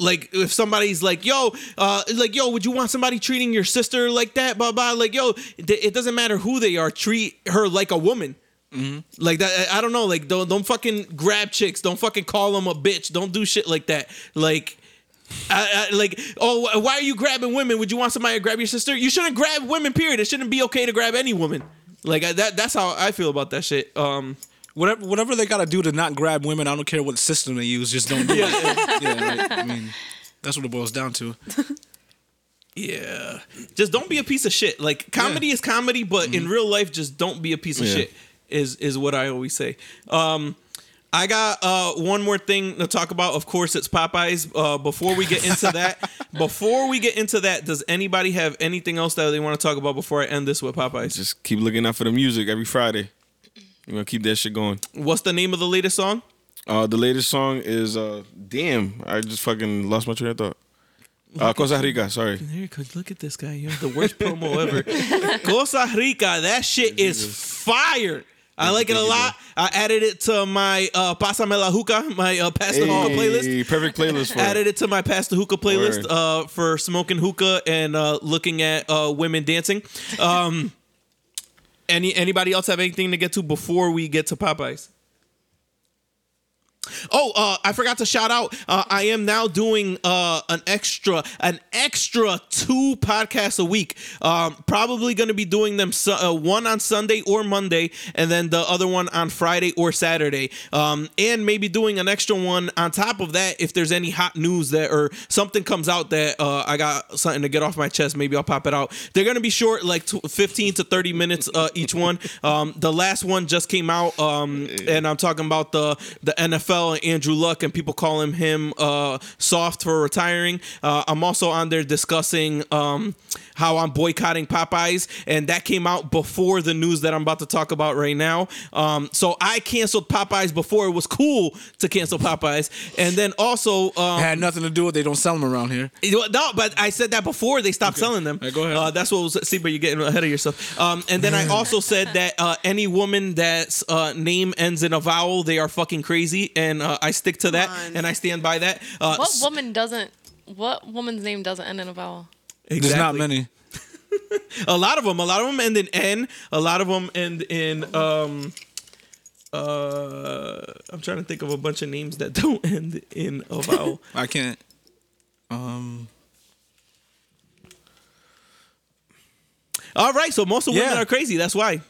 like if somebody's like, yo, uh, like, yo, would you want somebody treating your sister like that? Blah blah. Like, yo, th- it doesn't matter who they are. Treat her like a woman. Mm-hmm. Like that. I I don't know. Like, don't don't fucking grab chicks. Don't fucking call them a bitch. Don't do shit like that. Like. I, I, like, oh, wh- why are you grabbing women? Would you want somebody to grab your sister? You shouldn't grab women. Period. It shouldn't be okay to grab any woman. Like I, that. That's how I feel about that shit. Um, whatever whatever they gotta do to not grab women, I don't care what system they use, just don't do it. Yeah, right. I mean, that's what it boils down to. Yeah. Just don't be a piece of shit. Like comedy is comedy, but in real life, just don't be a piece of Mm-hmm. Yeah. shit. Is is what I always say. Um, I got uh, one more thing to talk about. Of course, it's Popeyes. Uh, before we get into that, before we get into that, does anybody have anything else that they want to talk about before I end this with Popeyes? Just keep looking out for the music every Friday. You're gonna keep that shit going. What's the name of the latest song? Uh, the latest song is uh, damn. I just fucking lost my train of thought. Uh, Costa Rica. Sorry. There you go. Look at this guy. You're the worst promo ever. Costa Rica. That shit is fire. I like it a lot. I added it to my uh, Pásame la Hookah, my uh, Pass the Hookah playlist. Hey, Perfect playlist for Added it to my Pass the Hookah playlist Word. uh, for smoking hookah and uh, looking at uh, women dancing. Um, any Anybody else have anything to get to before we get to Popeyes? Oh, uh, I forgot to shout out. Uh, I am now doing uh, an extra, an extra two podcasts a week. Um, probably going to be doing them su- uh, one on Sunday or Monday, and then the other one on Friday or Saturday. Um, and maybe doing an extra one on top of that if there's any hot news that or something comes out that uh, I got something to get off my chest. Maybe I'll pop it out. They're going to be short, like tw 15 to 30 minutes uh, each one. Um, the last one just came out, um, and I'm talking about the the NFL Chappelle and Andrew Luck, and people call him him uh, soft for retiring. Uh, I'm also on there discussing um, how I'm boycotting Popeyes, and that came out before the news that I'm about to talk about right now. Um, so I canceled Popeyes before it was cool to cancel Popeyes, and then also um, It had nothing to do with they don't sell them around here. you know what? No, but I said that before they stopped selling them. right, go ahead. Uh, that's what was. See, but you're getting ahead of yourself. Um, and then I also said that uh, any woman that's uh, name ends in a vowel, they are fucking crazy, and uh, I stick to that, on. and I stand by that. Uh, What s- woman doesn't? What woman's name doesn't end in a vowel? There's not exactly. many. A lot of them. A lot of them end in n. A lot of them end in. Um, uh, I'm trying to think of a bunch of names that don't end in a vowel. I can't. Um, All right, so most of women Yeah. are crazy. That's why.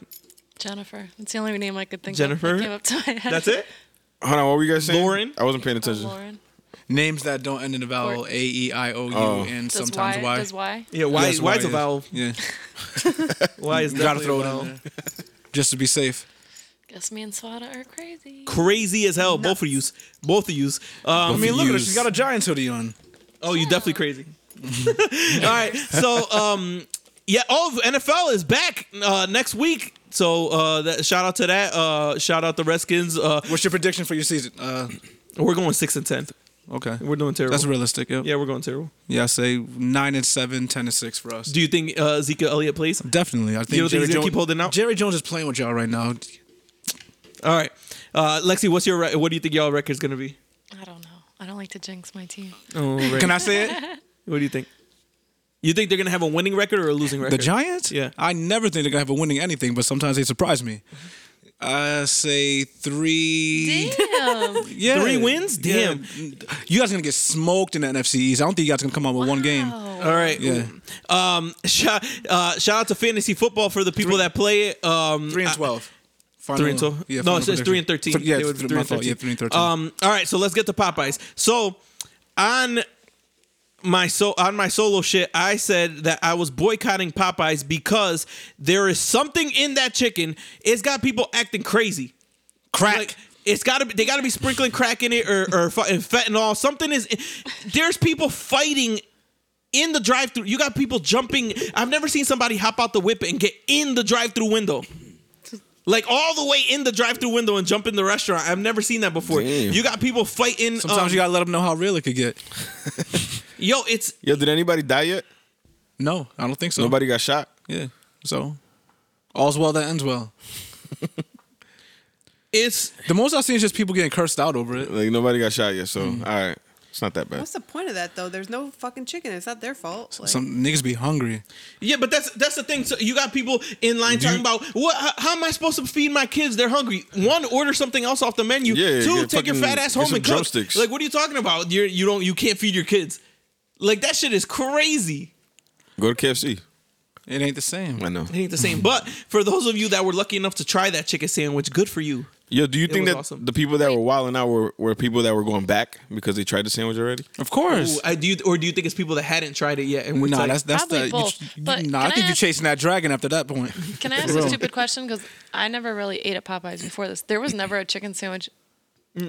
Jennifer. That's the only name I could think Jennifer? of. that came up to my head. That's it. Hold on, what were you guys saying? Lauren? I wasn't paying Oh, attention. Lauren. names that don't end in a vowel: Or- a, e, i, o, u, Oh. and Does sometimes y, y. Does why? Yeah. Why? Yes, why is a is- vowel? Yeah, Why is you gotta that throw a it in vowel? there just to be safe. Guess me and Swada are crazy. crazy as hell. Both of yous. Both of yous. Um, I mean, look at her. Use- She's got a Giants hoodie on. oh, you definitely crazy. All right. So, um, yeah. Oh, NFL is back uh, next week. So, uh, that, shout out to that. Uh, shout out the Redskins. Uh, What's your prediction for your season? Uh, we're going six and ten. okay, We're doing terrible. that's realistic. Yep. yeah, we're going terrible. Yeah, I say nine and seven, ten and six for us. Do you think uh, Zeke Elliott plays? Definitely, I think don't think Jerry he's gonna Jones keep holding out? Jerry Jones is playing with y'all right now. All right. Uh, Lexi, what's your re- what do you think y'all record's gonna be? I don't know. I don't like to jinx my team. Oh, Can I say it? what do you think? You think they're gonna have a winning record or a losing The record? Giants? Yeah. I never think they're gonna have a winning anything, but sometimes they surprise me. I say three. Damn. Yeah, Three wins? Damn. Yeah. You guys are gonna get smoked in the NFC East. I don't think you guys are gonna come out with one game. Wow. All right. Yeah. Um. Shout. Uh. Shout out to fantasy football for the people that play it. Um. Three and twelve. Final- Three and twelve. Yeah, no, final it says prediction. three and thirteen. Th- Yeah, They would be th- my fault. Yeah, three and thirteen. Um. All right. So let's get to Popeyes. So, on my so on my solo shit, I said that I was boycotting Popeyes because there is something in that chicken. It's got people acting crazy. Crack. Like, it's gotta be, they gotta be sprinkling crack in it or, or fu- and fentanyl. Something is, there's people fighting in the drive through. You got people jumping. I've never seen somebody hop out the whip and get in the drive through window. Like all the way in the drive through window and jump in the restaurant. I've never seen that before. Damn. You got people fighting. Sometimes um, you gotta let them know how real it could get. yo, it's Yo, did anybody die yet? No, I don't think so. Nobody got shot. Yeah. So, all's well that ends well. it's The most I've seen is just people getting cursed out over it. Like nobody got shot yet. So Mm-hmm. all right, it's not that bad. What's the point of that though? There's no fucking chicken. It's not their fault. Like, Some niggas be hungry. yeah, but that's that's the thing. So you got people in line talking about what? How, how am I supposed to feed my kids? They're hungry. One, order something else off the menu. Yeah, Two, get take your fucking- fat ass get home some and cook. drumsticks. Like, what are you talking about? You you don't you can't feed your kids. Like that shit is crazy. Go to KFC. It ain't the same. I know. It ain't the same. But for those of you that were lucky enough to try that chicken sandwich, good for you. Yo, do you think was that awesome. the people that were wilding out were, were people that were going back because they tried the sandwich already? Of course. Ooh, I, do you, or do you think it's people that hadn't tried it yet? And we're nah, like, that's that's Probably the. you- both, you- but nah, I can I think you're ask- chasing that dragon after that point. Can I ask a stupid question? Because I never really ate at Popeyes before this. There was never a chicken sandwich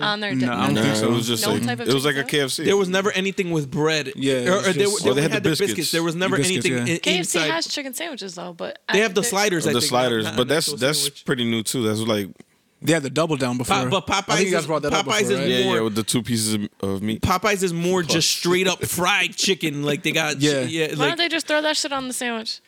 on their No, I don't menu. Nah, think so. it was just No like type of it was like chicken a KFC. there was never anything with bread. Yeah, it or, was or they, just- they Oh, they only had the had the biscuits. biscuits. There was never biscuits, anything yeah. in, KFC inside. has chicken sandwiches though, but they I, have the they're- sliders. I the think, sliders, not- not but an that's actual that's sandwich. pretty new too. That's like They had the double down before. but Popeyes I think you guys is- brought that up Popeyes before, is right? yeah, more- yeah, with the two pieces of, of meat. Popeyes is more just straight up fried chicken. Like they got Yeah. yeah, yeah Why like, don't they just throw that shit on the sandwich?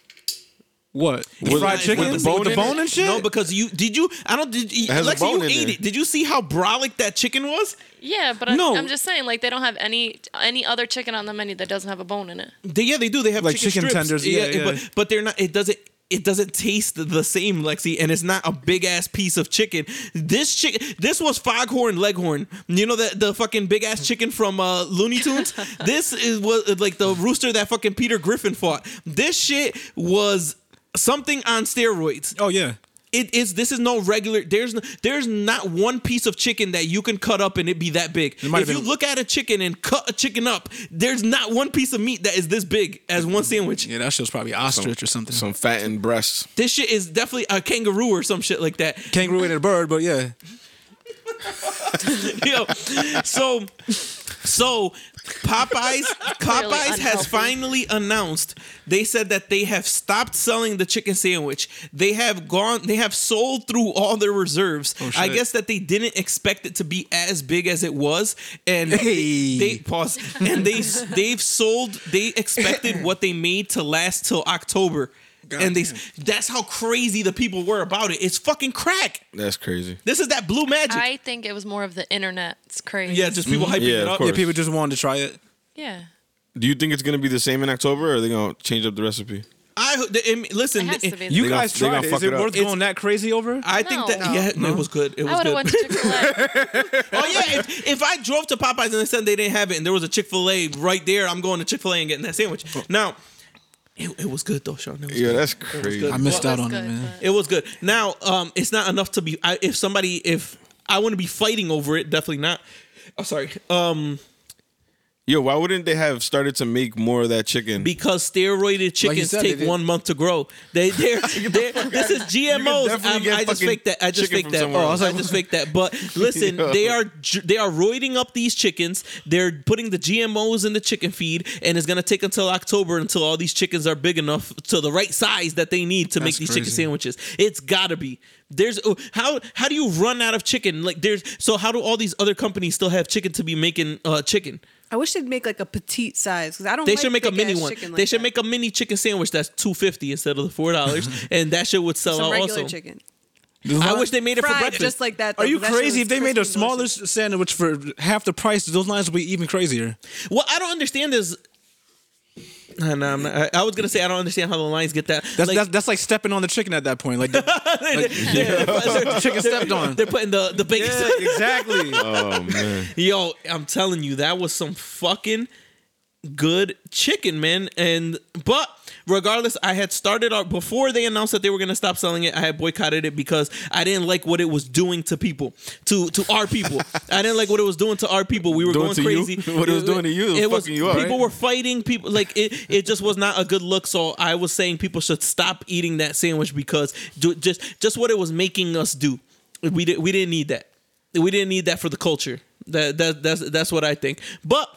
What? With- fried with chicken? the With bone the in bone it? and shit? No, because you did you. I don't. Did, you, has a Lexi, bone you in ate there. it. Did you see how brolic that chicken was? Yeah, but I, No. I'm just saying, like they don't have any any other chicken on the menu that doesn't have a bone in it. They, yeah, they do. They have Like chicken, chicken strips. tenders, yeah, yeah. But but they're not. It doesn't. It doesn't taste the same, Lexi, and it's not a big ass piece of chicken. This chicken, this was Foghorn Leghorn. You know that the fucking big ass chicken from uh, Looney Tunes. this is was like the rooster that fucking Peter Griffin fought. This shit was something on steroids. oh, yeah. it is this is no regular there's no, there's not one piece of chicken that you can cut up and it be that big if might have you been- look at a chicken and cut a chicken up there's not one piece of meat that is this big as one sandwich Yeah, that shit's probably ostrich or something. Some fattened breasts. this shit is definitely a kangaroo or some shit like that Kangaroo and a bird, but yeah. Yo, so so Popeyes Popeyes has unhealthy. finally announced they said that they have stopped selling the chicken sandwich. They have gone they have sold through all their reserves. I Oh, shit. guess that they didn't expect it to be as big as it was and Hey. they pause and they they've sold they expected what they made to last till October. and they that's how crazy the people were about it. It's fucking crack. That's crazy. This is that blue magic. I think it was more of the internet's craze. yeah, just Mm-hmm. people hyping Yeah, it of up. course. Yeah, people just wanted to try it. yeah. Do you think it's gonna be the same in October, or are they gonna change up the recipe? I ho- the, im- listen. It has the- to be. You They gonna- guys they gonna tried it. fuck Is it it up. worth It's- going that crazy over? it? I think that No. yeah, no, it was good. It I was would have good. went to Chick Fil A. oh yeah, if, if I drove to Popeyes and they said they didn't have it, and there was a Chick Fil A right there, I'm going to Chick Fil A and getting that sandwich. Now, it, it was good though, Sean. It was Oh. Yeah, good. that's crazy. good. I missed out on good, it, man. It was good. Now, um, it's not enough to be. I, if somebody, if I want to be fighting over it, definitely not. I'm sorry. Um, Yo, why wouldn't they have started to make more of that chicken? because steroided chickens said, they take did- one month to grow. They, they're, they're this is GMOs. definitely Um, get I just fucking faked that. I just chicken faked from that. somewhere Oh, I, else. was like, I just faked that. But listen, Yo. they are ju- they are roiding up these chickens. They're putting the GMOs in the chicken feed, and it's gonna take until October until all these chickens are big enough to the right size that they need to make That's these chicken crazy. sandwiches. It's gotta be. There's oh, how how do you run out of chicken? Like there's so how do all these other companies still have chicken to be making uh, chicken? I wish they'd make like a petite size because I don't. They like should make a big-ass mini one. chicken they like should that. make a mini chicken sandwich that's two fifty instead of the four dollars, and that shit would sell some out regular also. chicken. I wish they made it for Fried, breakfast. just like that. Are though, you 'cause that shit crazy? was If they made a crispy and smaller delicious. sandwich for half the price, those lines would be even crazier. what I don't understand is. Nah, nah, I'm not, I, I was gonna say I don't understand how the lines get that. That's like, that's, that's like stepping on the chicken at that point. Like, the, they're, chicken stepped on. they're putting the the bacon. yeah, exactly. oh man, Yo, I'm telling you, that was some fucking good chicken, man. And but regardless, I had started out before they announced that they were gonna stop selling it. I had boycotted it because I didn't like what it was doing to people, to to our people. I didn't like what it was doing to our people. We were Doing going to you? crazy. What it was doing to you, it was fucking you up, People right? were fighting. People like it. It just was not a good look. So I was saying people should stop eating that sandwich because do, just just what it was making us do. We did. We didn't need that. We didn't need that for the culture. That that that's that's what I think. But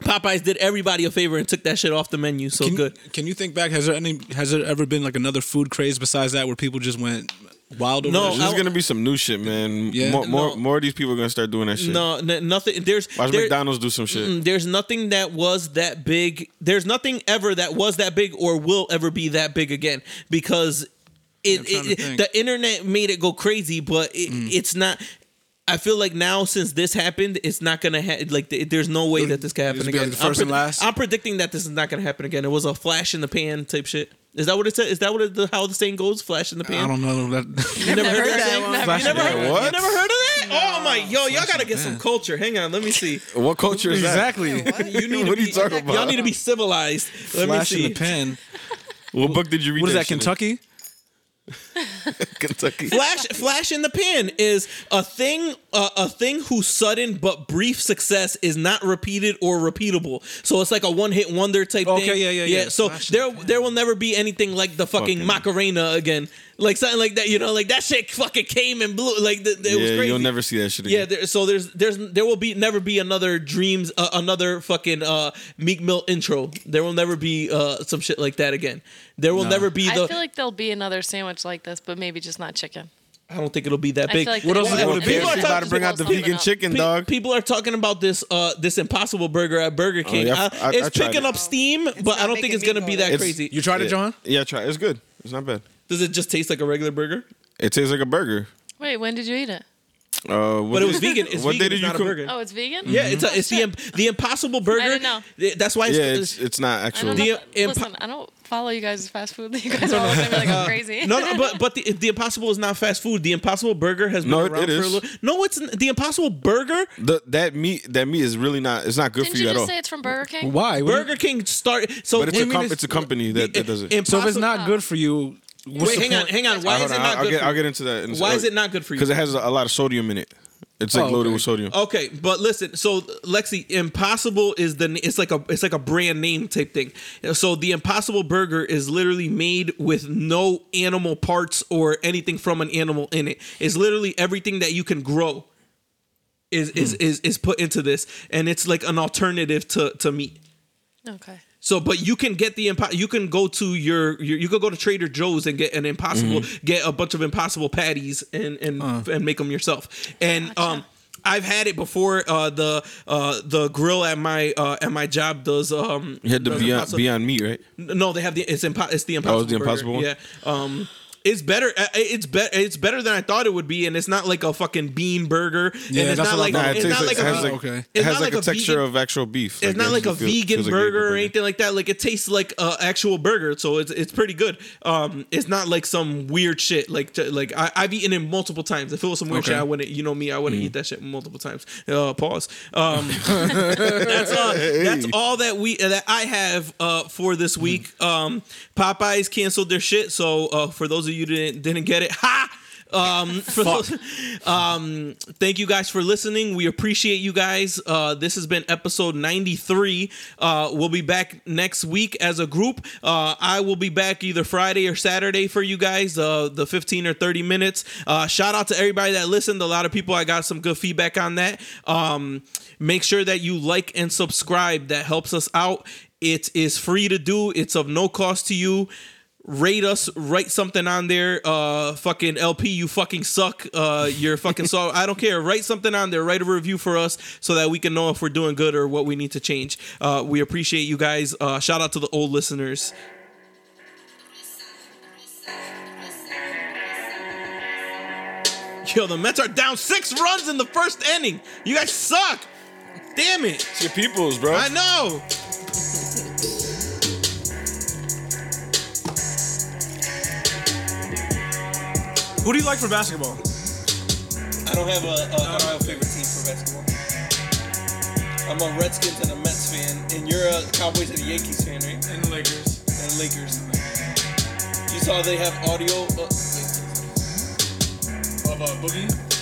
Popeyes did everybody a favor and took that shit off the menu. So Can you- good. Can you think back? Has there any? Has there ever been like another food craze besides that where people just went wild over? No, that this shit? is gonna be some new shit, man. Yeah. more, more, No. more of these people are gonna start doing that shit. No, n- nothing. There's Watch there- McDonald's do some shit. Mm, There's nothing that was that big. There's nothing ever that was that big or will ever be that big again because it, I'm trying to it- think. Mm. the internet made it go crazy, but it, it's not. I feel like now since this happened, it's not gonna ha- like. th- There's no way that this can happen It'll be again. like the first I'm and last. I'm predicting that this is not gonna happen again. It was a flash in the pan type shit. Is that what it said? Is that what it, the, how the saying goes? Flash in the pan. I don't know. That, You never Never heard heard that? that saying? one. You never Flash in the heard pan. you never heard of that? Oh my yo, y'all gotta get some culture. Hang on, let me see. What culture is that? exactly. You need to What are be, you talking about? Y'all need to be civilized. Let Flash me in see. the pen. What book did you read? What is that? shit in? Kentucky? Kentucky. Flash, flash in the pan is a thing, uh, a thing whose sudden but brief success is not repeated or repeatable. So it's like a one-hit wonder type Okay, thing. yeah, yeah, yeah. So Flash in there, there will never be anything like the fucking, Fucking- Macarena again, like something like that. You know, like that shit fucking came and blew. Like the, the- it was yeah, crazy. you'll never see that shit again. Yeah, there, so there's there's there will be never be another dreams uh, another fucking uh Meek Mill intro. There will never be uh some shit like that again. There will never be the I feel like there'll be another sandwich like this, but maybe just not chicken. I don't think it'll be that I big. feel like What else is it there's- gonna be? People are KFC about to talking- bring out the people are vegan talking- chicken, Pe- dog. People are talking about this uh this Impossible Burger at Burger King. Oh, yeah, I- I- it's I tried picking it. up steam, but not I don't think making it's gonna me be go that there. crazy. You tried it, Yeah. John? Yeah, try. it. It's good. It's not bad. Does it just taste like a regular burger? It tastes like a burger. Wait, when did you eat it? Uh, what But it day- was vegan. It's what vegan. day did it's you not a come? burger. Oh, it's vegan. Yeah, it's a, it's the im- the Impossible Burger. didn't know. Th- That's why it's, Yeah, it's it's not I actual. don't know. The, if- um, Listen, I don't follow you guys' fast food. You guys are always gonna be like I'm crazy. Uh, No, no, but but the, the Impossible is not fast food. The Impossible Burger has been No, it- around it for a is. little. No, it's n- the Impossible Burger. The, that meat, that meat is really not. It's not good didn't for you you, at just all. say it's from Burger King? Why? What do you- Burger King started. So But it's wait, a, mean com- it's- it's a company that, that does it. So if it's Impossible- not good for you, what's Wait, the hang on, point? hang on. Uh, Why hold is it on, not I'll, good? get, for I'll you? get into that. in a Why is second. it not good for you? Because it has a, a lot of sodium in it. It's like Oh, loaded okay. with sodium. Okay, but listen. So Lexi, Impossible is the it's like a it's like a brand name type thing. So the Impossible Burger is literally made with no animal parts or anything from an animal in it. It's literally everything that you can grow. is is is is put into this, and it's like an alternative to to meat. Okay. So, but you can get the impo- you can go to your, your you could go to Trader Joe's and get an impossible Mm-hmm. get a bunch of impossible patties and and Uh. and make them yourself. And um, I've had it before. Uh, the uh the grill at my uh at my job does um You had the does beyond, impossible- beyond me, right? no, they have the it's impo- it's the impossible. it's the Impossible one? Burger. Yeah. Um it's better. uh, It's better. It's better than I thought it would be, and it's not like a fucking bean burger. Yeah, and it's that's not what I like thought. Nah, it it's tastes not like, like it a, has like, okay. it it's has not like, like a a texture vegan- of actual beef. it's not it like a actually feels- vegan feels like burger or burger. anything like that. Like it tastes like an actual burger, so it's it's pretty good. Um, it's not like some weird shit. Like t- like I, I've eaten it multiple times. If it was some weird Okay. shit, I wouldn't. You know me, I wouldn't eat that shit multiple times. Uh, pause. Um, that's uh, that's all that we that I have uh, for this week. Um, Popeyes canceled their shit, so uh, for those of you who didn't didn't get it, ha. Um, for those, thank you guys for listening. We appreciate you guys. Uh, this has been episode 93. Uh, we'll be back next week as a group. Uh, I will be back either Friday or Saturday for you guys, uh, the 15 or 30 minutes. Uh, shout out to everybody that listened. A lot of people, I got some good feedback on that. Um, make sure that you like and subscribe. That helps us out. It is free to do, it's of no cost to you rate us write something on there uh fucking lp you fucking suck uh you're fucking so i don't care write something on there write a review for us so that we can know if we're doing good or what we need to change uh we appreciate you guys uh shout out to the old listeners yo the mets are down six runs in the first inning you guys suck damn it It's your peoples, bro. i know Who do you like for basketball? I don't have a, a a real favorite team for basketball. I'm a Redskins and a Mets fan, and you're a Cowboys and a Yankees fan, right? And the Lakers. And Lakers. oh, You saw they have audio. Uh, Of uh, Boogie.